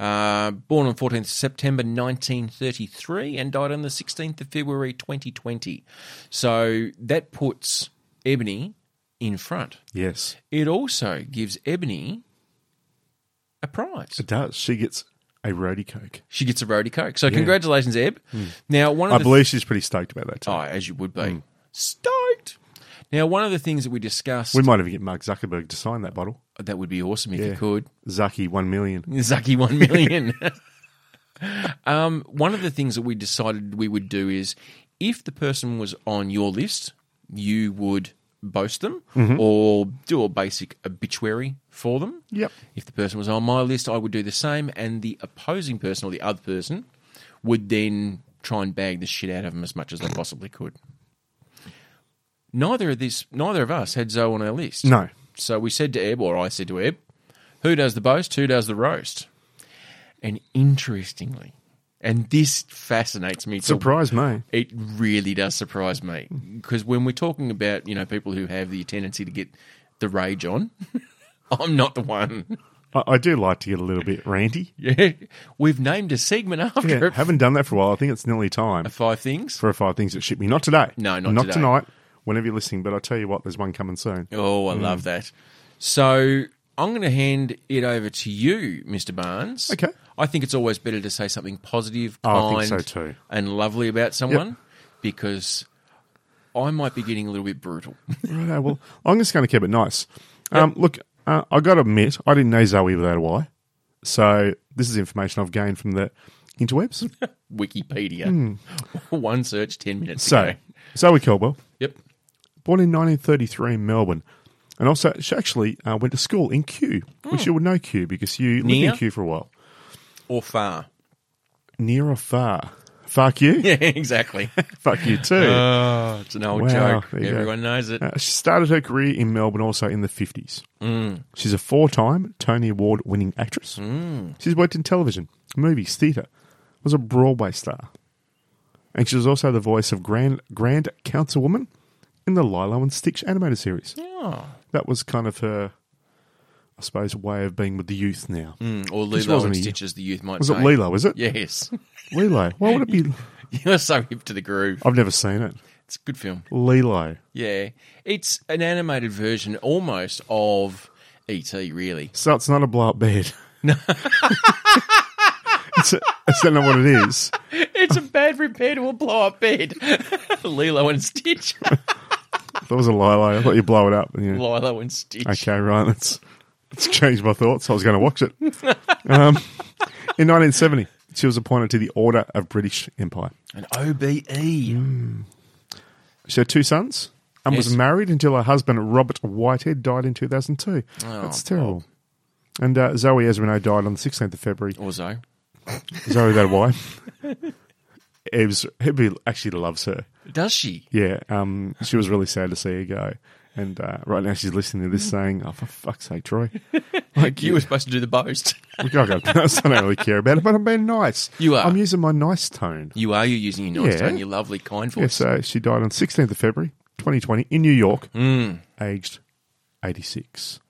[SPEAKER 2] Uh, born on 14th September 1933 and died on the 16th of February 2020. So that puts Ebony in front.
[SPEAKER 3] Yes,
[SPEAKER 2] It also gives Ebony a prize.
[SPEAKER 3] it does. She gets a roadie coke.
[SPEAKER 2] She gets a roadie coke. So congratulations, Eb. Now, one of
[SPEAKER 3] Hmm. I
[SPEAKER 2] the
[SPEAKER 3] believe Hmm. she's pretty stoked about that. Too.
[SPEAKER 2] Oh, as you would be. Stoked. Now, one of the things that we discussed,
[SPEAKER 3] We might even get Mark Zuckerberg to sign that bottle.
[SPEAKER 2] that would be awesome if you
[SPEAKER 3] Yeah.
[SPEAKER 2] could.
[SPEAKER 3] Zucky, one million.
[SPEAKER 2] Zaki 1 million. um, one of the things that we decided we would do is if the person was on your list, you would boast them
[SPEAKER 3] Mm-hmm.
[SPEAKER 2] or do a basic obituary for them.
[SPEAKER 3] Yep.
[SPEAKER 2] If the person was on my list, I would do the same, and the opposing person or the other person would then try and bag the shit out of them as much as they possibly could. Neither of this, neither of us had Zoe on our list.
[SPEAKER 3] No.
[SPEAKER 2] So we said to Eb, or I said to Eb, who does the boast, who does the roast? And interestingly, and this fascinates me. to-
[SPEAKER 3] Surprise me.
[SPEAKER 2] it really does surprise me because when we're talking about you know people who have the tendency to get the rage on, I'm not the one.
[SPEAKER 3] I, I do like to get a little bit ranty.
[SPEAKER 2] Yeah, we've named a segment after
[SPEAKER 3] Yeah,
[SPEAKER 2] it.
[SPEAKER 3] haven't done that for a while. I think it's nearly time
[SPEAKER 2] Five things.
[SPEAKER 3] for a five things that ship me. Not today.
[SPEAKER 2] No, not
[SPEAKER 3] not
[SPEAKER 2] today.
[SPEAKER 3] tonight. Whenever you're listening, but I tell you what, there's one coming soon.
[SPEAKER 2] Oh, I
[SPEAKER 3] Mm.
[SPEAKER 2] love that. So I'm going to hand it over to you, Mr. Barnes.
[SPEAKER 3] Okay.
[SPEAKER 2] I think it's always better to say something positive,
[SPEAKER 3] Oh,
[SPEAKER 2] kind,
[SPEAKER 3] I think so too.
[SPEAKER 2] and lovely about someone because I might be getting a little bit brutal.
[SPEAKER 3] Righto, well, I'm just going to keep it nice. Um, look, uh, I got to admit, I didn't know Zoe without a Y. So this is information I've gained from the interwebs.
[SPEAKER 2] Wikipedia. One search, ten minutes.
[SPEAKER 3] Hmm. So
[SPEAKER 2] ago.
[SPEAKER 3] Zoe Caldwell,
[SPEAKER 2] Yep.
[SPEAKER 3] born in 1933 in Melbourne. And also, she actually uh, went to school in Kew, which you would know Kew because you lived
[SPEAKER 2] Near?
[SPEAKER 3] in Kew for a while.
[SPEAKER 2] Or far.
[SPEAKER 3] Near or far? Fuck you.
[SPEAKER 2] Yeah, exactly.
[SPEAKER 3] Fuck you too.
[SPEAKER 2] Oh, it's an old
[SPEAKER 3] Ah, Wow,
[SPEAKER 2] joke.
[SPEAKER 3] there you go.
[SPEAKER 2] Everyone knows it.
[SPEAKER 3] Uh, she started her career in Melbourne also in the 50s. She's a four time Tony Award winning actress. She's worked in television, movies, theatre, was a Broadway star. And she was also the voice of Grand, Grand Councilwoman in the Lilo and Stitch animated series.
[SPEAKER 2] Oh.
[SPEAKER 3] That was kind of her, I suppose, way of being with the youth now.
[SPEAKER 2] Mm, or
[SPEAKER 3] This
[SPEAKER 2] Lilo
[SPEAKER 3] wasn't
[SPEAKER 2] and
[SPEAKER 3] a-
[SPEAKER 2] Stitch, as the youth might
[SPEAKER 3] Was
[SPEAKER 2] say.
[SPEAKER 3] it Lilo, is it?
[SPEAKER 2] Yes.
[SPEAKER 3] Lilo. Why would it be?
[SPEAKER 2] You're so hip to the groove.
[SPEAKER 3] I've never seen it.
[SPEAKER 2] It's a good film.
[SPEAKER 3] Lilo.
[SPEAKER 2] Yeah. It's an animated version almost of E.T., really.
[SPEAKER 3] So it's not a blow up bed. it's, it's not what it is.
[SPEAKER 2] It's a bad repair to a blow up bed. Lilo and Stitch.
[SPEAKER 3] That was a Lilo. I thought you blow it up. And you,
[SPEAKER 2] Lilo and Stitch.
[SPEAKER 3] okay, right. That's it's changed my thoughts. I was going to watch it. Um, in 1970, she was appointed to the Order of British Empire.
[SPEAKER 2] An E. OBE.
[SPEAKER 3] She had two sons and was
[SPEAKER 2] Yes.
[SPEAKER 3] married until her husband Robert Whitehead died in 2002. That's terrible. And uh, Zoe Esmeralda died on the 16th of February.
[SPEAKER 2] Also,
[SPEAKER 3] Zoe, that wife. Ebs, Hebe actually loves her.
[SPEAKER 2] does she?
[SPEAKER 3] Yeah, um, she was really sad to see her go. And uh, right now she's listening to
[SPEAKER 2] Mm.
[SPEAKER 3] this saying, oh, for fuck's sake, Troy. Like,
[SPEAKER 2] You were supposed to do the boast.
[SPEAKER 3] Look, I, got, I don't really care about it, but I'm being nice.
[SPEAKER 2] You are.
[SPEAKER 3] I'm using my nice tone.
[SPEAKER 2] You are. You're using your nice
[SPEAKER 3] Yeah.
[SPEAKER 2] tone, your lovely, kind
[SPEAKER 3] Yeah,
[SPEAKER 2] voice.
[SPEAKER 3] so she died on 16th of February, 2020, in New York,
[SPEAKER 2] Mm.
[SPEAKER 3] aged 86.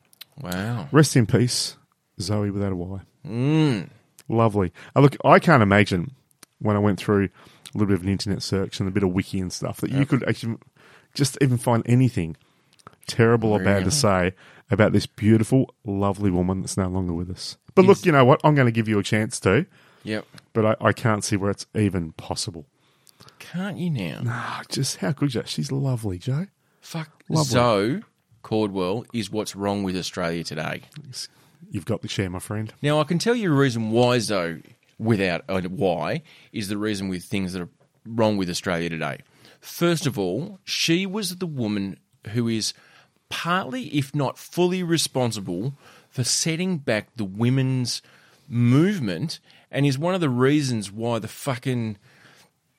[SPEAKER 2] Wow.
[SPEAKER 3] Rest in peace, Zoe without a Y. Mm. Lovely. Uh, look, I can't imagine when I went through a little bit of an internet search and a bit of wiki and stuff that you could actually just even find anything terrible or bad to say about this beautiful, lovely woman that's no longer with us. But look, you know what? I'm going to give you a chance to,
[SPEAKER 2] Yep.
[SPEAKER 3] but I, I can't see where it's even possible.
[SPEAKER 2] Can't you now?
[SPEAKER 3] Ah, just how good is that? She's lovely, Joe.
[SPEAKER 2] Fuck.
[SPEAKER 3] Lovely.
[SPEAKER 2] Zoe Cordwell is what's wrong with Australia today.
[SPEAKER 3] You've got the share, my friend.
[SPEAKER 2] Now, I can tell you a reason why Zoe, without a why, is the reason with things that are wrong with Australia today. First of all, she was the woman who is partly, if not fully, responsible for setting back the women's movement and is one of the reasons why the fucking.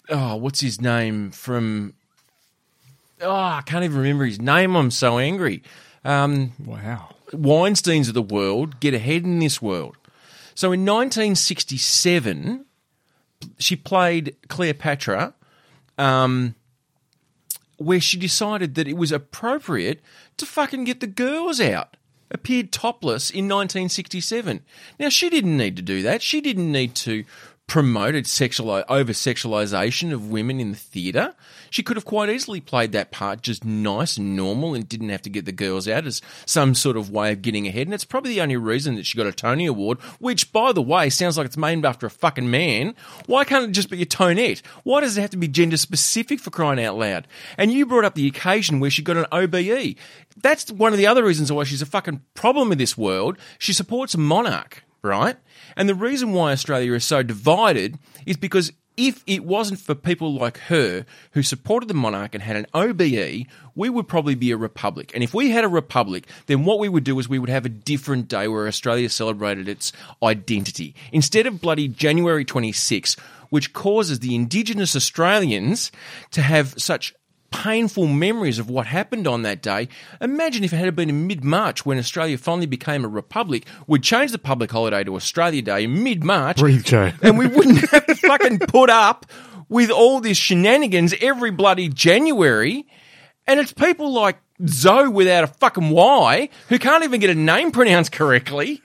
[SPEAKER 2] Oh, what's his name from. Oh, I can't even remember his name. I'm so angry. Um,
[SPEAKER 3] Wow.
[SPEAKER 2] Weinsteins of the world get ahead in this world. So in 1967, she played Cleopatra, um, where she decided that it was appropriate to fucking get the girls out. Appeared topless in 1967. Now she didn't need to do that. She didn't need to promote its sexual over sexualization of women in the theatre. She could have quite easily played that part just nice and normal and didn't have to get the girls out as some sort of way of getting ahead. And it's probably the only reason that she got a Tony Award, which by the way sounds like it's named after a fucking man. Why can't it just be a tonette? Why does it have to be gender specific for crying out loud? And you brought up the occasion where she got an OBE. That's one of the other reasons why she's a fucking problem in this world. She supports a monarch right? And the reason why Australia is so divided is because if it wasn't for people like her who supported the monarch and had an OBE, we would probably be a republic. And if we had a republic, then what we would do is we would have a different day where Australia celebrated its identity. Instead of bloody January 26, which causes the Indigenous Australians to have such painful memories of what happened on that day. Imagine if it had been in mid March when Australia finally became a republic. We'd change the public holiday to Australia Day in mid March,
[SPEAKER 3] Breathe, Joe.
[SPEAKER 2] and we wouldn't have to fucking put up with all this shenanigans every bloody January. And it's people like Zoe without a fucking Y who can't even get a name pronounced correctly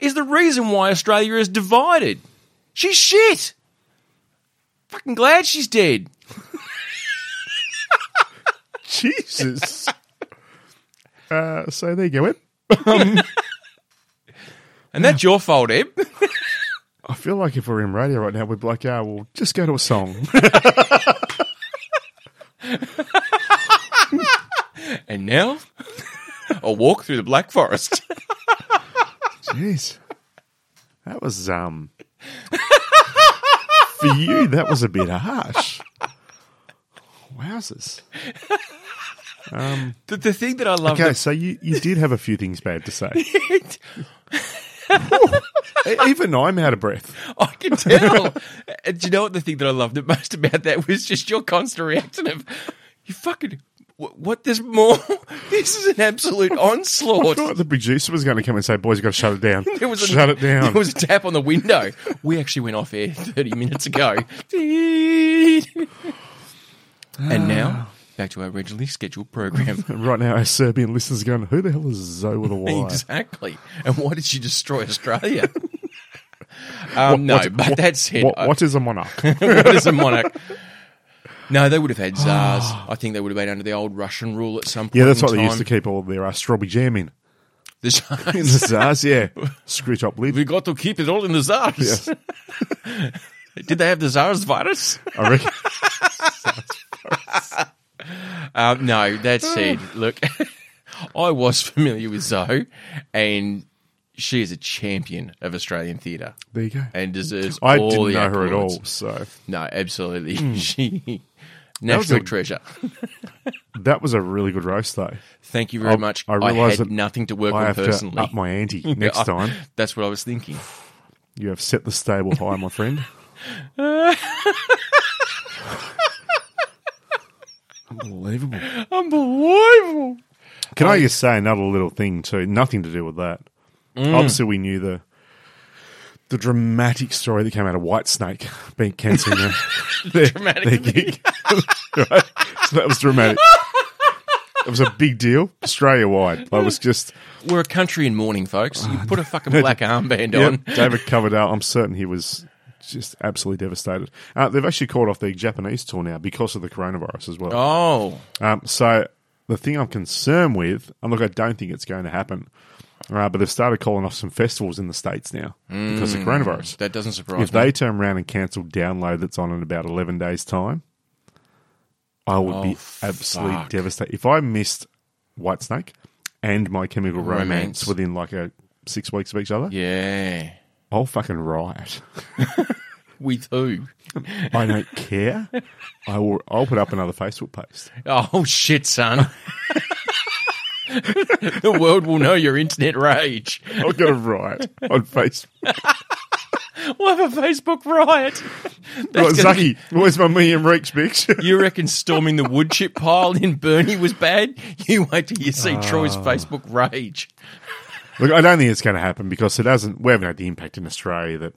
[SPEAKER 2] is the reason why Australia is divided. She's shit. Fucking glad she's dead.
[SPEAKER 3] Jesus. uh, so there you go, Ed.
[SPEAKER 2] And that's your fault, Eb.
[SPEAKER 3] I feel like if we're in radio right now, we'd be like, yeah, well, just go to a song.
[SPEAKER 2] And now, a walk through the Black Forest.
[SPEAKER 3] Jeez. That was, um. for you, that was a bit harsh. Wowzers.
[SPEAKER 2] the, the thing that I love.
[SPEAKER 3] Okay, so you, you did have a few things bad to say.
[SPEAKER 2] that-
[SPEAKER 3] E- Even I'm out of breath.
[SPEAKER 2] I can tell. And Do you know what the thing that I loved the most about that was just your constant reaction of, you fucking, what, what there's more? This is an absolute onslaught.
[SPEAKER 3] Thought the producer was going to come and say, "Boys, you got to shut it down.
[SPEAKER 2] There was a,
[SPEAKER 3] shut it down."
[SPEAKER 2] There was a tap on the window. We actually went off air 30 minutes ago. and now, back to our originally scheduled program.
[SPEAKER 3] And right now, our Serbian listeners are going, "Who the hell is Zoe with a Y?"
[SPEAKER 2] Exactly. And why did she destroy Australia? um, no, but that said,
[SPEAKER 3] What,
[SPEAKER 2] I-
[SPEAKER 3] what is a monarch?
[SPEAKER 2] what is a monarch? No, they would have had czars. I think they would have been under the old Russian rule at some point.
[SPEAKER 3] yeah, that's
[SPEAKER 2] in
[SPEAKER 3] what they used
[SPEAKER 2] time.
[SPEAKER 3] to keep all their uh, strawberry jam in.
[SPEAKER 2] The czars.
[SPEAKER 3] In the Zars, yeah. Screw top lid.
[SPEAKER 2] We got to keep it all in the czars.
[SPEAKER 3] Yes.
[SPEAKER 2] Did they have the czars virus?
[SPEAKER 3] I reckon.
[SPEAKER 2] Um, no, that said, look, I was familiar with Zoe, and she is a champion of Australian theatre
[SPEAKER 3] There you go.
[SPEAKER 2] and deserves
[SPEAKER 3] I
[SPEAKER 2] all
[SPEAKER 3] didn't
[SPEAKER 2] the
[SPEAKER 3] know her at
[SPEAKER 2] applause.
[SPEAKER 3] all, so
[SPEAKER 2] No, absolutely. She
[SPEAKER 3] was
[SPEAKER 2] national
[SPEAKER 3] a-
[SPEAKER 2] treasure.
[SPEAKER 3] that was a really good roast, though.
[SPEAKER 2] Thank you very
[SPEAKER 3] I-
[SPEAKER 2] much.
[SPEAKER 3] I
[SPEAKER 2] I,
[SPEAKER 3] realise
[SPEAKER 2] had
[SPEAKER 3] that
[SPEAKER 2] nothing to work
[SPEAKER 3] I
[SPEAKER 2] on
[SPEAKER 3] have
[SPEAKER 2] personally.
[SPEAKER 3] to up my ante next
[SPEAKER 2] I-
[SPEAKER 3] time.
[SPEAKER 2] That's what I was thinking.
[SPEAKER 3] You have set the stable high, my friend. Unbelievable.
[SPEAKER 2] Unbelievable.
[SPEAKER 3] Can I just say another little thing too? Nothing to do with that.
[SPEAKER 2] Mm.
[SPEAKER 3] Obviously, we knew the the dramatic story that came out of Whitesnake being cancelling their, their,
[SPEAKER 2] dramatic
[SPEAKER 3] their gig. Right? So that was dramatic. It was a big deal, Australia wide. I was just
[SPEAKER 2] We're a country in mourning, folks. You put a fucking black armband
[SPEAKER 3] yep,
[SPEAKER 2] on.
[SPEAKER 3] David Coverdale. I'm certain he was just absolutely devastated. Uh, they've actually called off their Japanese tour now because of the coronavirus as well.
[SPEAKER 2] Oh,
[SPEAKER 3] Um, so the thing I'm concerned with, and look, I don't think it's going to happen, uh, but they've started calling off some festivals in the states now because of coronavirus.
[SPEAKER 2] that doesn't surprise
[SPEAKER 3] If
[SPEAKER 2] me.
[SPEAKER 3] they turn around and cancel download that's on in about 11 days' time, I would be absolutely
[SPEAKER 2] Oh, fuck.
[SPEAKER 3] devastated. If I missed Whitesnake and My Chemical Romance,
[SPEAKER 2] Romance.
[SPEAKER 3] within like a six weeks of each other,
[SPEAKER 2] Yeah.
[SPEAKER 3] I'll fucking riot.
[SPEAKER 2] We too.
[SPEAKER 3] I don't care. I will. I'll put up another Facebook post.
[SPEAKER 2] Oh, shit, son. the world will know your internet rage.
[SPEAKER 3] I'm gonna riot on Facebook.
[SPEAKER 2] We'll have a Facebook riot.
[SPEAKER 3] Right,
[SPEAKER 2] That's gonna be-
[SPEAKER 3] Zucky, where's my million reeks picture?
[SPEAKER 2] You reckon storming the wood chip pile in Burnie was bad? You wait till you see
[SPEAKER 3] Ah.
[SPEAKER 2] Troy's Facebook rage.
[SPEAKER 3] Look, I don't think it's going to happen because it hasn't. We haven't had the impact in Australia that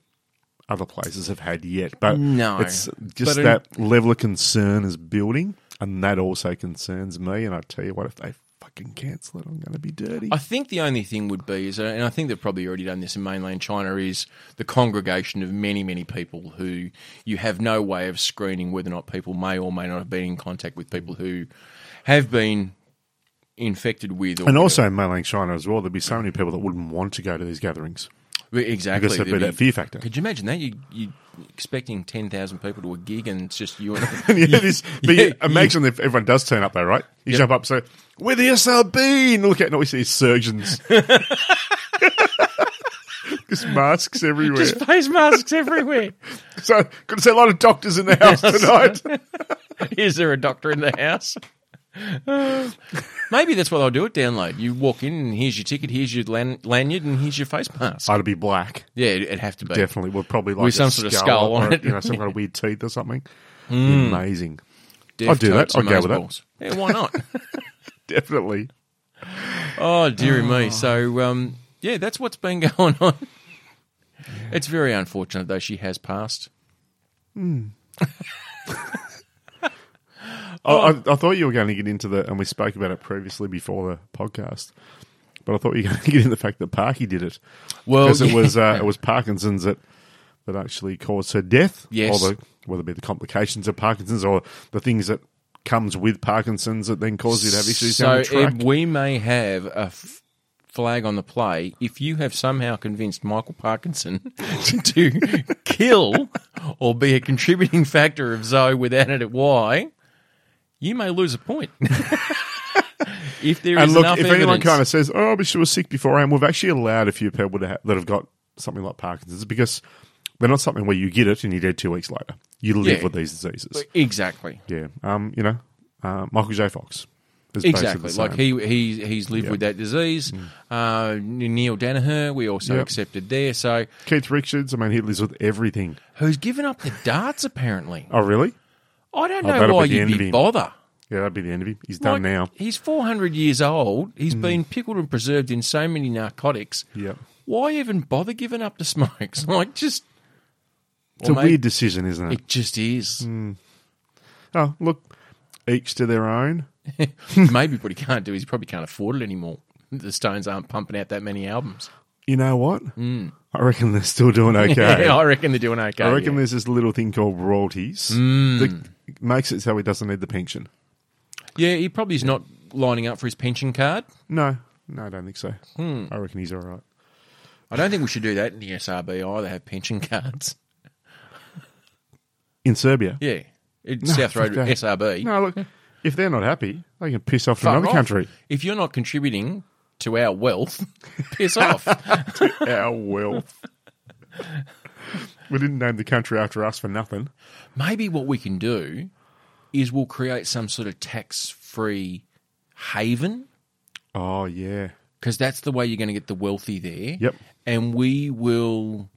[SPEAKER 3] other places have had yet. But
[SPEAKER 2] No.
[SPEAKER 3] it's just
[SPEAKER 2] But in-
[SPEAKER 3] that level of concern is building, and that also concerns me. And I tell you what, if they fucking cancel it, I'm going to be dirty.
[SPEAKER 2] I think the only thing would be is, and I think they've probably already done this in mainland China, is the congregation of many, many people who you have no way of screening whether or not people may or may not have been in contact with people who have been infected with. Or
[SPEAKER 3] and also in mainland China as well, there'd be so many people that wouldn't want to go to these gatherings
[SPEAKER 2] exactly,
[SPEAKER 3] because there'd be
[SPEAKER 2] there'd
[SPEAKER 3] that
[SPEAKER 2] be-
[SPEAKER 3] fear factor.
[SPEAKER 2] Could you imagine that? You you expecting ten thousand people to a gig and it's just you and
[SPEAKER 3] yeah, this, but
[SPEAKER 2] Yeah,
[SPEAKER 3] you- imagine if everyone does turn up though, right? You jump up, so we're the SRB, and look at and all we see is surgeons. Just masks everywhere.
[SPEAKER 2] just face masks everywhere.
[SPEAKER 3] So, going to see a lot of doctors in the house tonight.
[SPEAKER 2] Is there a doctor in the house? Uh, maybe that's what I'll do at download. You walk in and here's your ticket, here's your lan- lanyard, and here's your face mask.
[SPEAKER 3] I'd be black.
[SPEAKER 2] yeah, it- it'd have to be.
[SPEAKER 3] Definitely. We're probably like
[SPEAKER 2] With
[SPEAKER 3] a
[SPEAKER 2] some sort of skull on
[SPEAKER 3] or,
[SPEAKER 2] it. Hmm.
[SPEAKER 3] You know, some kind of weird teeth or something. Amazing.
[SPEAKER 2] Death
[SPEAKER 3] I'll do that.
[SPEAKER 2] totes and
[SPEAKER 3] I'll go with that.
[SPEAKER 2] moseballs. Yeah, why not?
[SPEAKER 3] Definitely.
[SPEAKER 2] oh, dearie me. So, um, yeah, that's what's been going on. It's very unfortunate, though. She has passed.
[SPEAKER 3] I,
[SPEAKER 2] Oh.
[SPEAKER 3] I, I thought you were going to get into the, and we spoke about it previously before the podcast. But I thought you were going to get into the fact that Parky did it
[SPEAKER 2] Well,
[SPEAKER 3] because it
[SPEAKER 2] yeah.
[SPEAKER 3] was uh, it was Parkinson's that that actually caused her death.
[SPEAKER 2] Yes.
[SPEAKER 3] or the, whether it be the complications of Parkinson's or the things that comes with Parkinson's that then cause you to have issues down
[SPEAKER 2] So
[SPEAKER 3] the track.
[SPEAKER 2] Ed, we may have a f- flag on the play if you have somehow convinced Michael Parkinson to kill or be a contributing factor of Zoe without it at Y, you may lose a point. if there is
[SPEAKER 3] And look,
[SPEAKER 2] enough
[SPEAKER 3] if anyone
[SPEAKER 2] evidence.
[SPEAKER 3] kind of says, "Oh, but she was sick beforehand," we've actually allowed a few people to ha- that have got something like Parkinson's because they're not something where you get it and you're dead two weeks later. You live
[SPEAKER 2] Yeah.
[SPEAKER 3] with these diseases.
[SPEAKER 2] exactly.
[SPEAKER 3] Yeah. Um. You know, uh, Michael J. Fox. is basically
[SPEAKER 2] Exactly.
[SPEAKER 3] the
[SPEAKER 2] Like
[SPEAKER 3] same.
[SPEAKER 2] he he he's lived
[SPEAKER 3] Yeah. Mm.
[SPEAKER 2] with that disease. Uh, Neil Danaher, we also
[SPEAKER 3] Yep.
[SPEAKER 2] accepted there. So
[SPEAKER 3] Keith Richards, I mean, he lives with everything.
[SPEAKER 2] who's given up the darts? Apparently,
[SPEAKER 3] Oh, really?
[SPEAKER 2] I don't
[SPEAKER 3] Oh,
[SPEAKER 2] know
[SPEAKER 3] that'll
[SPEAKER 2] why
[SPEAKER 3] be the
[SPEAKER 2] you'd
[SPEAKER 3] end of
[SPEAKER 2] be
[SPEAKER 3] him.
[SPEAKER 2] bother.
[SPEAKER 3] Yeah, that'd be the end of him. He's done
[SPEAKER 2] Like,
[SPEAKER 3] now. Mm.
[SPEAKER 2] He's four hundred years old. He's been pickled and preserved in so many narcotics.
[SPEAKER 3] Yep.
[SPEAKER 2] Why even bother giving up the smokes? Like just
[SPEAKER 3] It's
[SPEAKER 2] Or
[SPEAKER 3] a
[SPEAKER 2] maybe-
[SPEAKER 3] weird Mm. decision, isn't it?
[SPEAKER 2] it just is.
[SPEAKER 3] Oh, look, each to their own.
[SPEAKER 2] Maybe what he can't do is he probably can't afford it anymore. The Stones aren't pumping out that many albums.
[SPEAKER 3] You know what? I reckon they're still doing okay.
[SPEAKER 2] I reckon they're doing okay.
[SPEAKER 3] I reckon
[SPEAKER 2] Mm. yeah. Mm.
[SPEAKER 3] there's this little thing called royalties that makes it so he doesn't need the pension.
[SPEAKER 2] Yeah, he probably is not lining up for his pension card.
[SPEAKER 3] No, no, I don't think so.
[SPEAKER 2] Hmm.
[SPEAKER 3] I reckon he's all right.
[SPEAKER 2] I don't think we should do that in the SRB either. Have pension cards.
[SPEAKER 3] In Serbia.
[SPEAKER 2] Yeah, it's
[SPEAKER 3] No,
[SPEAKER 2] South Road
[SPEAKER 3] fuck that.
[SPEAKER 2] SRB.
[SPEAKER 3] No, look, if they're not happy, they can piss off to
[SPEAKER 2] Fuck
[SPEAKER 3] another
[SPEAKER 2] off.
[SPEAKER 3] country.
[SPEAKER 2] If you're not contributing to our wealth, piss off.
[SPEAKER 3] Our wealth. we didn't name the country after us for nothing.
[SPEAKER 2] Maybe what we can do is we'll create some sort of tax-free haven
[SPEAKER 3] Oh, yeah.
[SPEAKER 2] because that's the way you're going to get the wealthy there.
[SPEAKER 3] Yep.
[SPEAKER 2] And we will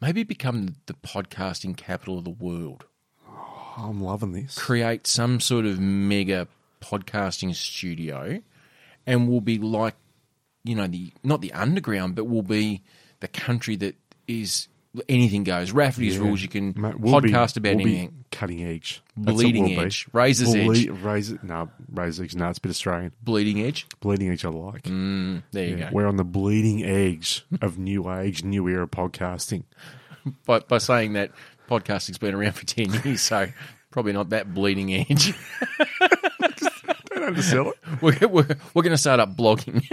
[SPEAKER 2] maybe become the podcasting capital of the world.
[SPEAKER 3] Oh, I'm loving this.
[SPEAKER 2] Create some sort of mega podcasting studio, and we'll be like, you know, the not the underground, but we'll be the country that is anything goes. Rafferty's rules. You can
[SPEAKER 3] Mate,
[SPEAKER 2] podcast about
[SPEAKER 3] we'll be
[SPEAKER 2] anything.
[SPEAKER 3] cutting edge.
[SPEAKER 2] Bleeding
[SPEAKER 3] we
[SPEAKER 2] edge. Razor's edge.
[SPEAKER 3] Razor, no, razor's edge. No, it's a bit Australian.
[SPEAKER 2] Bleeding edge.
[SPEAKER 3] Bleeding edge I like.
[SPEAKER 2] Mm, There you
[SPEAKER 3] Yeah,
[SPEAKER 2] go.
[SPEAKER 3] We're on the bleeding edge of new age, new era podcasting.
[SPEAKER 2] By, by saying that, podcasting's been around for ten years, so probably not that bleeding edge.
[SPEAKER 3] Don't undersell it.
[SPEAKER 2] we're, we're, we're going to start up blogging.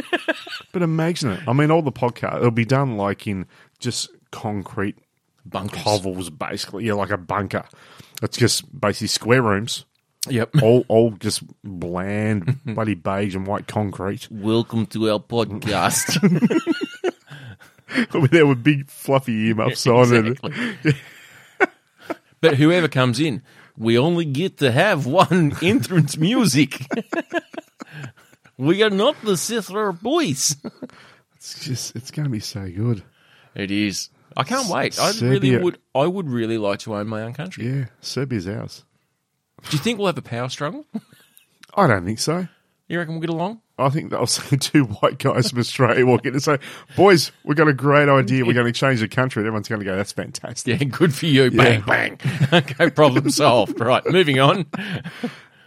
[SPEAKER 3] But imagine it. I mean, all the podcast it'll be done like in just concrete
[SPEAKER 2] Bunkers.
[SPEAKER 3] hovels, basically. Yeah, like a bunker. It's just basically square rooms,
[SPEAKER 2] Yep.
[SPEAKER 3] all all just bland, bloody beige and white concrete.
[SPEAKER 2] Welcome to our podcast.
[SPEAKER 3] there were big fluffy earmuffs on, and
[SPEAKER 2] Exactly. but whoever comes in, we only get to have one entrance music. we are not the Sister Boys.
[SPEAKER 3] it's just it's going to be so good.
[SPEAKER 2] It is. I can't wait. I really
[SPEAKER 3] Serbia.
[SPEAKER 2] would. I would really like to own my own country.
[SPEAKER 3] Yeah, Serbia's ours.
[SPEAKER 2] Do you think we'll have a power struggle?
[SPEAKER 3] I don't think so.
[SPEAKER 2] You reckon we'll get along?
[SPEAKER 3] I think they'll see two white guys from Australia walk in and say, "Boys, we've got a great idea. We're going to change the country." And everyone's going to go, "That's fantastic."
[SPEAKER 2] Yeah, good for you. Bang bang. okay, problem solved. Right, moving on.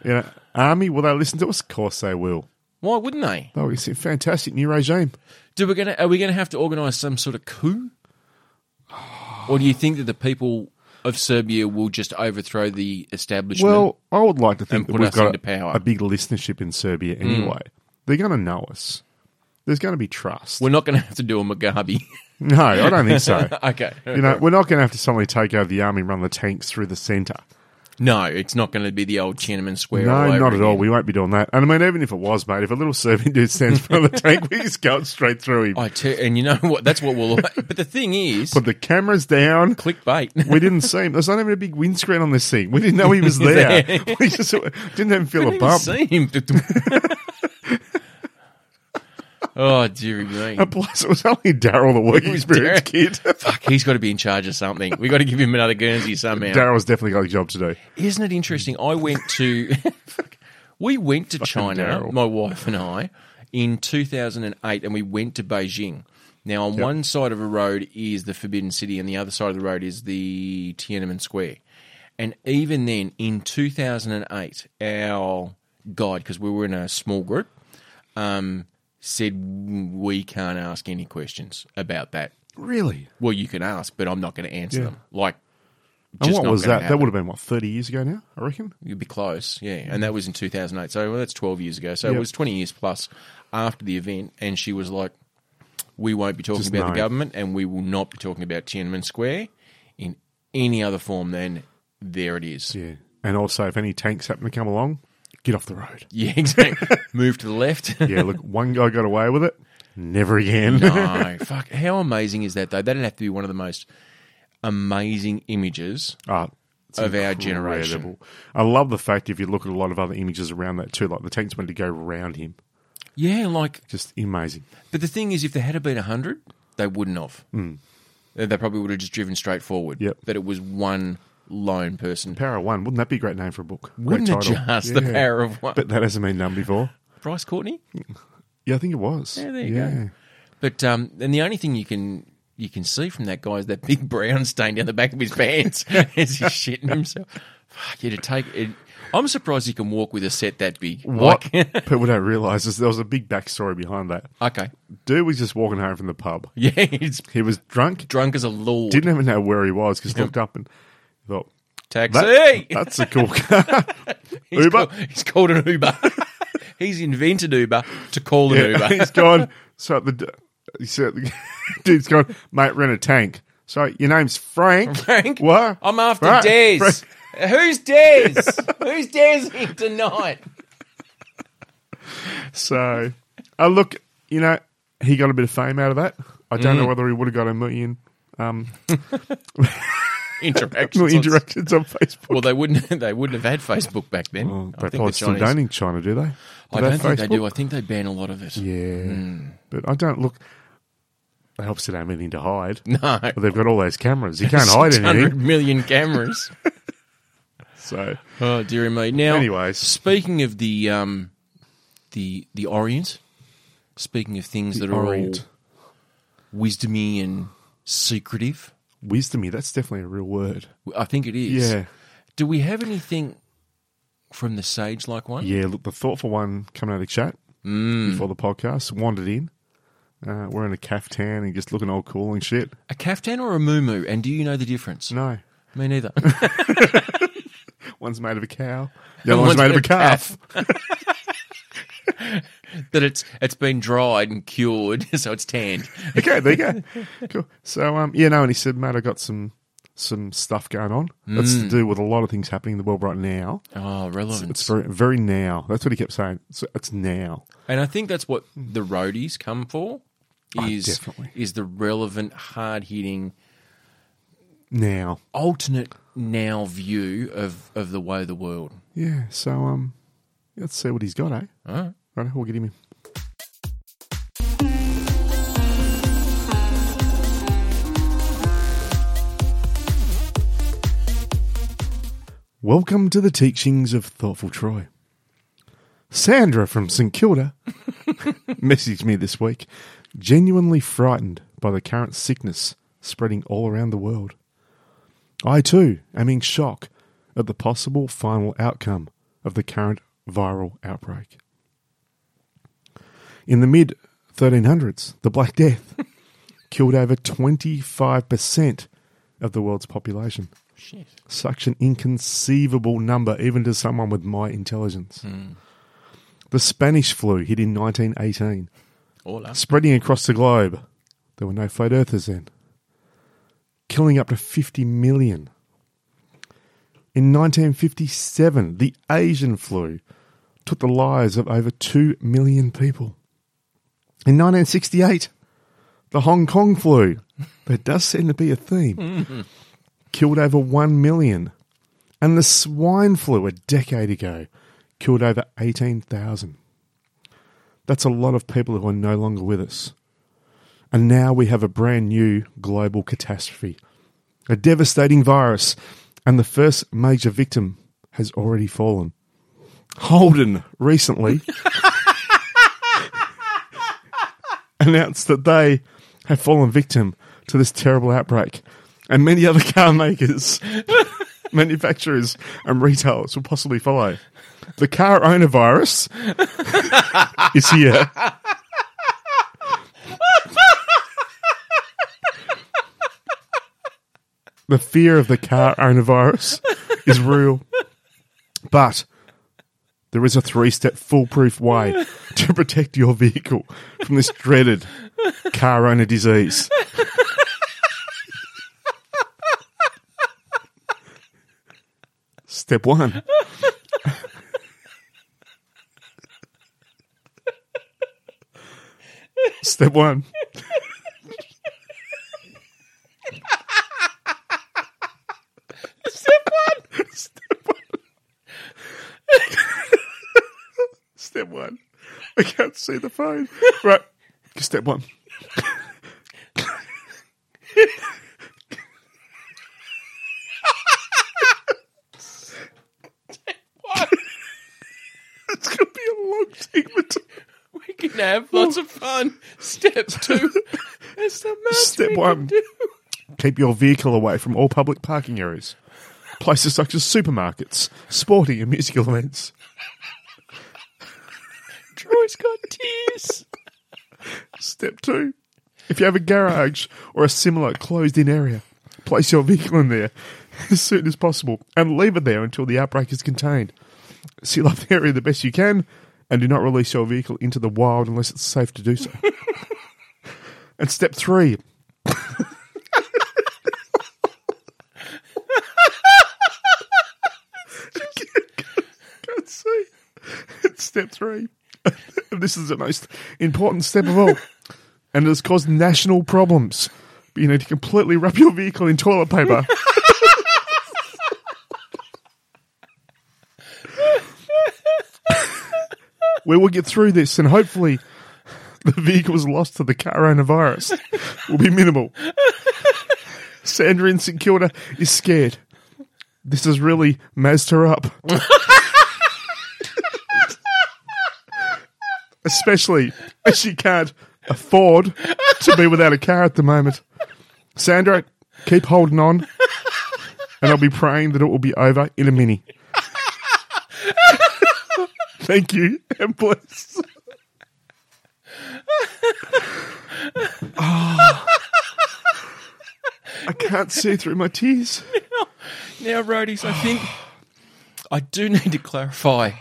[SPEAKER 3] You know, army, will they listen to us? Of course they will.
[SPEAKER 2] Why wouldn't they?
[SPEAKER 3] Oh, it's a fantastic new regime.
[SPEAKER 2] Do we gonna are we gonna have to organise some sort of coup? Or do you think that the people of Serbia will just overthrow the establishment?
[SPEAKER 3] Well, I would like to think
[SPEAKER 2] And
[SPEAKER 3] that
[SPEAKER 2] put
[SPEAKER 3] we've
[SPEAKER 2] us
[SPEAKER 3] got
[SPEAKER 2] into
[SPEAKER 3] a,
[SPEAKER 2] power. Mm.
[SPEAKER 3] a big listenership in Serbia anyway. They're going to know us. There's going to be trust.
[SPEAKER 2] we're not gonna have to do a Mugabe.
[SPEAKER 3] no, I don't think so.
[SPEAKER 2] okay.
[SPEAKER 3] you know, we're not going to have to suddenly take over the army and run the tanks through the centre.
[SPEAKER 2] No, it's not gonna be the old Tiananmen Square. all
[SPEAKER 3] No,
[SPEAKER 2] over
[SPEAKER 3] not at all.
[SPEAKER 2] again.
[SPEAKER 3] We won't be doing that. And I mean, even if it was, mate, if a little Serbian dude stands in front of the tank, we just go straight through him.
[SPEAKER 2] I te- and you know what that's what we'll but the thing is
[SPEAKER 3] Put the cameras down.
[SPEAKER 2] clickbait.
[SPEAKER 3] We didn't see him. There's not even a big windscreen on this thing. We didn't know he was there. we just didn't even feel a bump.
[SPEAKER 2] See him. oh dearie me.
[SPEAKER 3] And plus, it was only Daryl, the working
[SPEAKER 2] was
[SPEAKER 3] experience kid.
[SPEAKER 2] Fuck, he's got to be in charge of something. We got to give him another Guernsey somehow.
[SPEAKER 3] Daryl's definitely got a job to do.
[SPEAKER 2] Isn't it interesting? I went to we went to China,
[SPEAKER 3] Daryl.
[SPEAKER 2] my wife and I, in 2008, and we went to Beijing. Now, on one side of a road is the Forbidden City, and the other side of the road is the Tiananmen Square. And even then, in 2008, our guide, because we were in a small group, um, said we can't ask any questions about that.
[SPEAKER 3] Really?
[SPEAKER 2] Well, you can ask, but I'm not going to answer
[SPEAKER 3] Yeah.
[SPEAKER 2] them. Like,
[SPEAKER 3] And
[SPEAKER 2] just
[SPEAKER 3] what
[SPEAKER 2] not
[SPEAKER 3] was
[SPEAKER 2] gonna
[SPEAKER 3] that? That
[SPEAKER 2] happen.
[SPEAKER 3] would have been, what, 30 years ago now, I reckon?
[SPEAKER 2] You'd be close, yeah. And that was in 2008. So well, that's 12 years ago. So it
[SPEAKER 3] Mm. Yep.
[SPEAKER 2] was 20 years plus after the event. And she was like, we won't be talking
[SPEAKER 3] Just
[SPEAKER 2] about
[SPEAKER 3] no.
[SPEAKER 2] the government and we will not be talking about Tiananmen Square in any other form than there it is. Yeah,
[SPEAKER 3] Yeah. And also, if any tanks happen to come along, get off the road.
[SPEAKER 2] exactly. Move to the left.
[SPEAKER 3] Yeah, look, one guy got away with it. Never again.
[SPEAKER 2] no, fuck. How amazing is that, though? That'd have to be one of the most amazing images
[SPEAKER 3] Ah,
[SPEAKER 2] of our generation.
[SPEAKER 3] Incredible. I love the fact if you look at a lot of other images around that too, like the tanks wanted to go round him.
[SPEAKER 2] Yeah, like,
[SPEAKER 3] Just amazing.
[SPEAKER 2] but the thing is, if there had been 100, they wouldn't have. Uh, They they probably would have just driven straight forward.
[SPEAKER 3] Hmm. Yep.
[SPEAKER 2] But it was one lone person.
[SPEAKER 3] Power of One, wouldn't that be a great name for a book? Great
[SPEAKER 2] Wouldn't it
[SPEAKER 3] title.
[SPEAKER 2] just? The Power of One.
[SPEAKER 3] But that hasn't been done before.
[SPEAKER 2] Bryce Courtney?
[SPEAKER 3] Yeah, I think it was.
[SPEAKER 2] Yeah, there you go. But um, and the only thing you can you can see from that guy is that big brown stain down the back of his pants as he's shitting himself. Fuck you to take it. I'm surprised he can walk with a set that big.
[SPEAKER 3] What
[SPEAKER 2] Like-
[SPEAKER 3] people don't realise is there was a big backstory behind that.
[SPEAKER 2] okay.
[SPEAKER 3] Dude was just walking home from the pub.
[SPEAKER 2] Yeah, he's
[SPEAKER 3] He was drunk,
[SPEAKER 2] drunk as a lord.
[SPEAKER 3] didn't even know where he was because looked up and thought,
[SPEAKER 2] Taxi.
[SPEAKER 3] that, that's a cool car.
[SPEAKER 2] he's
[SPEAKER 3] Uber?
[SPEAKER 2] Called, he's called an Uber. he's invented Uber to call an
[SPEAKER 3] Yeah,
[SPEAKER 2] Uber.
[SPEAKER 3] he's gone. So the d- he said, the dude's gone. Mate, rent a tank. So your name's Frank.
[SPEAKER 2] Frank,
[SPEAKER 3] What?
[SPEAKER 2] I'm after
[SPEAKER 3] Frank-
[SPEAKER 2] Des.
[SPEAKER 3] Frank-
[SPEAKER 2] Who's Des? Who's Des here tonight?
[SPEAKER 3] So, uh, look, you know, he got a bit of fame out of that. I don't
[SPEAKER 2] Mm.
[SPEAKER 3] know whether he would have got a million, um,
[SPEAKER 2] Interactions.
[SPEAKER 3] million
[SPEAKER 2] on-
[SPEAKER 3] directions on Facebook.
[SPEAKER 2] Well, they wouldn't. They wouldn't have had Facebook back then.
[SPEAKER 3] Well, they
[SPEAKER 2] I think the
[SPEAKER 3] probably still
[SPEAKER 2] Chinese-
[SPEAKER 3] don't in China, do they? Do
[SPEAKER 2] I
[SPEAKER 3] they
[SPEAKER 2] don't
[SPEAKER 3] have
[SPEAKER 2] think they Hmm.
[SPEAKER 3] Facebook?
[SPEAKER 2] do. I think they ban a lot of it.
[SPEAKER 3] Yeah, but I don't look. They obviously don't have anything to hide.
[SPEAKER 2] No,
[SPEAKER 3] But they've got all those cameras. You can't hide anything.
[SPEAKER 2] million cameras.
[SPEAKER 3] So
[SPEAKER 2] oh dear me! Now,
[SPEAKER 3] Anyways.
[SPEAKER 2] speaking of the um, the the Orient, speaking of things that are
[SPEAKER 3] Orient.
[SPEAKER 2] all wisdomy and secretive,
[SPEAKER 3] wisdomy, that's definitely a real word.
[SPEAKER 2] I think it is.
[SPEAKER 3] Yeah.
[SPEAKER 2] Do we have anything from the sage like one?
[SPEAKER 3] Yeah, look, the thoughtful one coming out of the chat before the podcast wandered in, uh, wearing a caftan and just looking all cool and shit.
[SPEAKER 2] A kaftan or a muumuu? And do you know the difference?
[SPEAKER 3] No,
[SPEAKER 2] Me neither.
[SPEAKER 3] one's made of a cow, the other one's made of a calf.
[SPEAKER 2] that it's it's been dried and cured, so it's tanned.
[SPEAKER 3] okay, there you go. Cool. So, um, yeah, no, and he said, mate, I got some some stuff going on. That's to do with a lot of things happening in the world right now.
[SPEAKER 2] Oh, relevant.
[SPEAKER 3] It's very, very now. That's what he kept saying. It's, it's now.
[SPEAKER 2] and I think that's what the roadies come for. Is
[SPEAKER 3] definitely.
[SPEAKER 2] is the relevant, hard hitting,
[SPEAKER 3] Now.
[SPEAKER 2] alternate now view of of the way of the world.
[SPEAKER 3] Yeah, so um, let's see what he's got, eh?
[SPEAKER 2] All right.
[SPEAKER 3] Right, we'll get him in. Welcome to the teachings of Thoughtful Troy. Sandra from St Kilda messaged me this week, genuinely frightened by the current sickness spreading all around the world. I too am in shock at the possible final outcome of the current viral outbreak. In the mid 1300s, the Black Death killed over 25% of the world's population.
[SPEAKER 2] Shit.
[SPEAKER 3] Such an inconceivable number, even to someone with my intelligence. The Spanish flu hit in 1918,
[SPEAKER 2] All up.
[SPEAKER 3] spreading across the globe. There were no flat earthers then, killing up to 50 million. In 1957, the Asian flu took the lives of over 2 million people. In 1968, the Hong Kong flu, there does seem to be a theme, killed over 1 million. And the swine flu a decade ago killed over 18,000. That's a lot of people who are no longer with us. And now we have a brand new global catastrophe a devastating virus, and the first major victim has already fallen. Holden recently announced that they have fallen victim to this terrible outbreak, and many other car makers, manufacturers, and retailers will possibly follow. The car owner virus is here. The fear of the car owner virus is real. But there is a three step foolproof way to protect your vehicle from this dreaded car owner disease. Step one. Step one.
[SPEAKER 2] Step one.
[SPEAKER 3] see the phone. Right. Step one. It's going to be a long segment.
[SPEAKER 2] We can have lots of fun. Step two. That's the most
[SPEAKER 3] Step
[SPEAKER 2] we
[SPEAKER 3] one.
[SPEAKER 2] Can do.
[SPEAKER 3] Keep your vehicle away from all public parking areas, places such as supermarkets, sporting and musical events.
[SPEAKER 2] Troy's got tears.
[SPEAKER 3] Step two. If you have a garage or a similar closed in area, place your vehicle in there as soon as possible and leave it there until the outbreak is contained. Seal up the area the best you can and do not release your vehicle into the wild unless it's safe to do so. and step three. Can't see. Step three. this is the most important step of all and it has caused national problems. But you need to completely wrap your vehicle in toilet paper. we will get through this, and hopefully, the vehicle's loss to the coronavirus will be minimal. Sandra in St Kilda is scared. This has really messed her up. especially as she can't afford to be without a car at the moment. Sandra, keep holding on, and I'll be praying that it will be over in a mini. Thank you, and bless. Oh. I can't see through my tears.
[SPEAKER 2] Now, roadies, I think I do need to clarify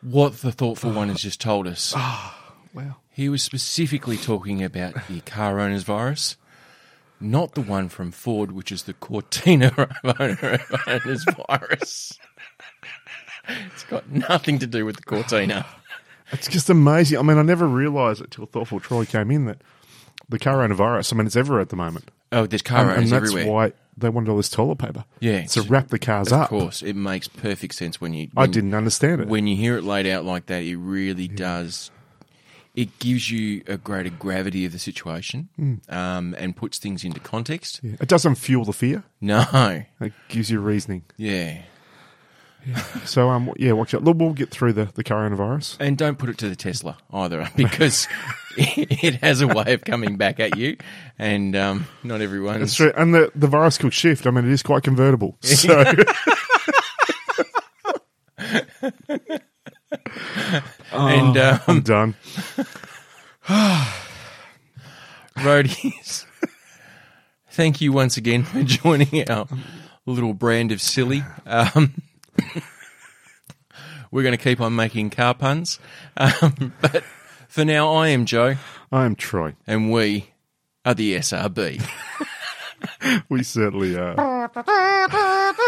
[SPEAKER 2] what the thoughtful one has just told us.
[SPEAKER 3] Wow.
[SPEAKER 2] He was specifically talking about the car owner's virus, not the one from Ford, which is the Cortina owner owner's virus. It's got nothing to do with the Cortina.
[SPEAKER 3] It's just amazing. I mean, I never realised it till Thoughtful Troy came in that the coronavirus, I mean, it's everywhere at the moment.
[SPEAKER 2] Oh, there's car
[SPEAKER 3] and
[SPEAKER 2] owners
[SPEAKER 3] that's
[SPEAKER 2] everywhere.
[SPEAKER 3] why they wanted all this toilet paper.
[SPEAKER 2] Yeah,
[SPEAKER 3] to
[SPEAKER 2] it's-
[SPEAKER 3] wrap the cars
[SPEAKER 2] of
[SPEAKER 3] up.
[SPEAKER 2] course, it makes perfect sense when you.
[SPEAKER 3] I
[SPEAKER 2] when-
[SPEAKER 3] didn't understand it.
[SPEAKER 2] When you hear it laid out like that, it really does. It gives you a greater gravity of the situation
[SPEAKER 3] Hmm.
[SPEAKER 2] um, and puts things into context.
[SPEAKER 3] it doesn't fuel the fear.
[SPEAKER 2] No,
[SPEAKER 3] It gives you reasoning.
[SPEAKER 2] yeah,
[SPEAKER 3] So um, yeah, watch out. Look, we'll get through the the coronavirus.
[SPEAKER 2] And don't put it to the Tesla either, because it has a way of coming back at you, and um, not everyone.
[SPEAKER 3] That's true. And the the virus could shift. I mean, it is quite convertible. So.
[SPEAKER 2] And um,
[SPEAKER 3] I'm done. Oh.
[SPEAKER 2] roadies, thank you once again for joining our little brand of silly. Um, we're going to keep on making car puns, um, but for now, I am Joe,
[SPEAKER 3] I'm Troy.
[SPEAKER 2] and we are the SRB.
[SPEAKER 3] We certainly are.
[SPEAKER 4] Ba-ba-ba-ba-ba.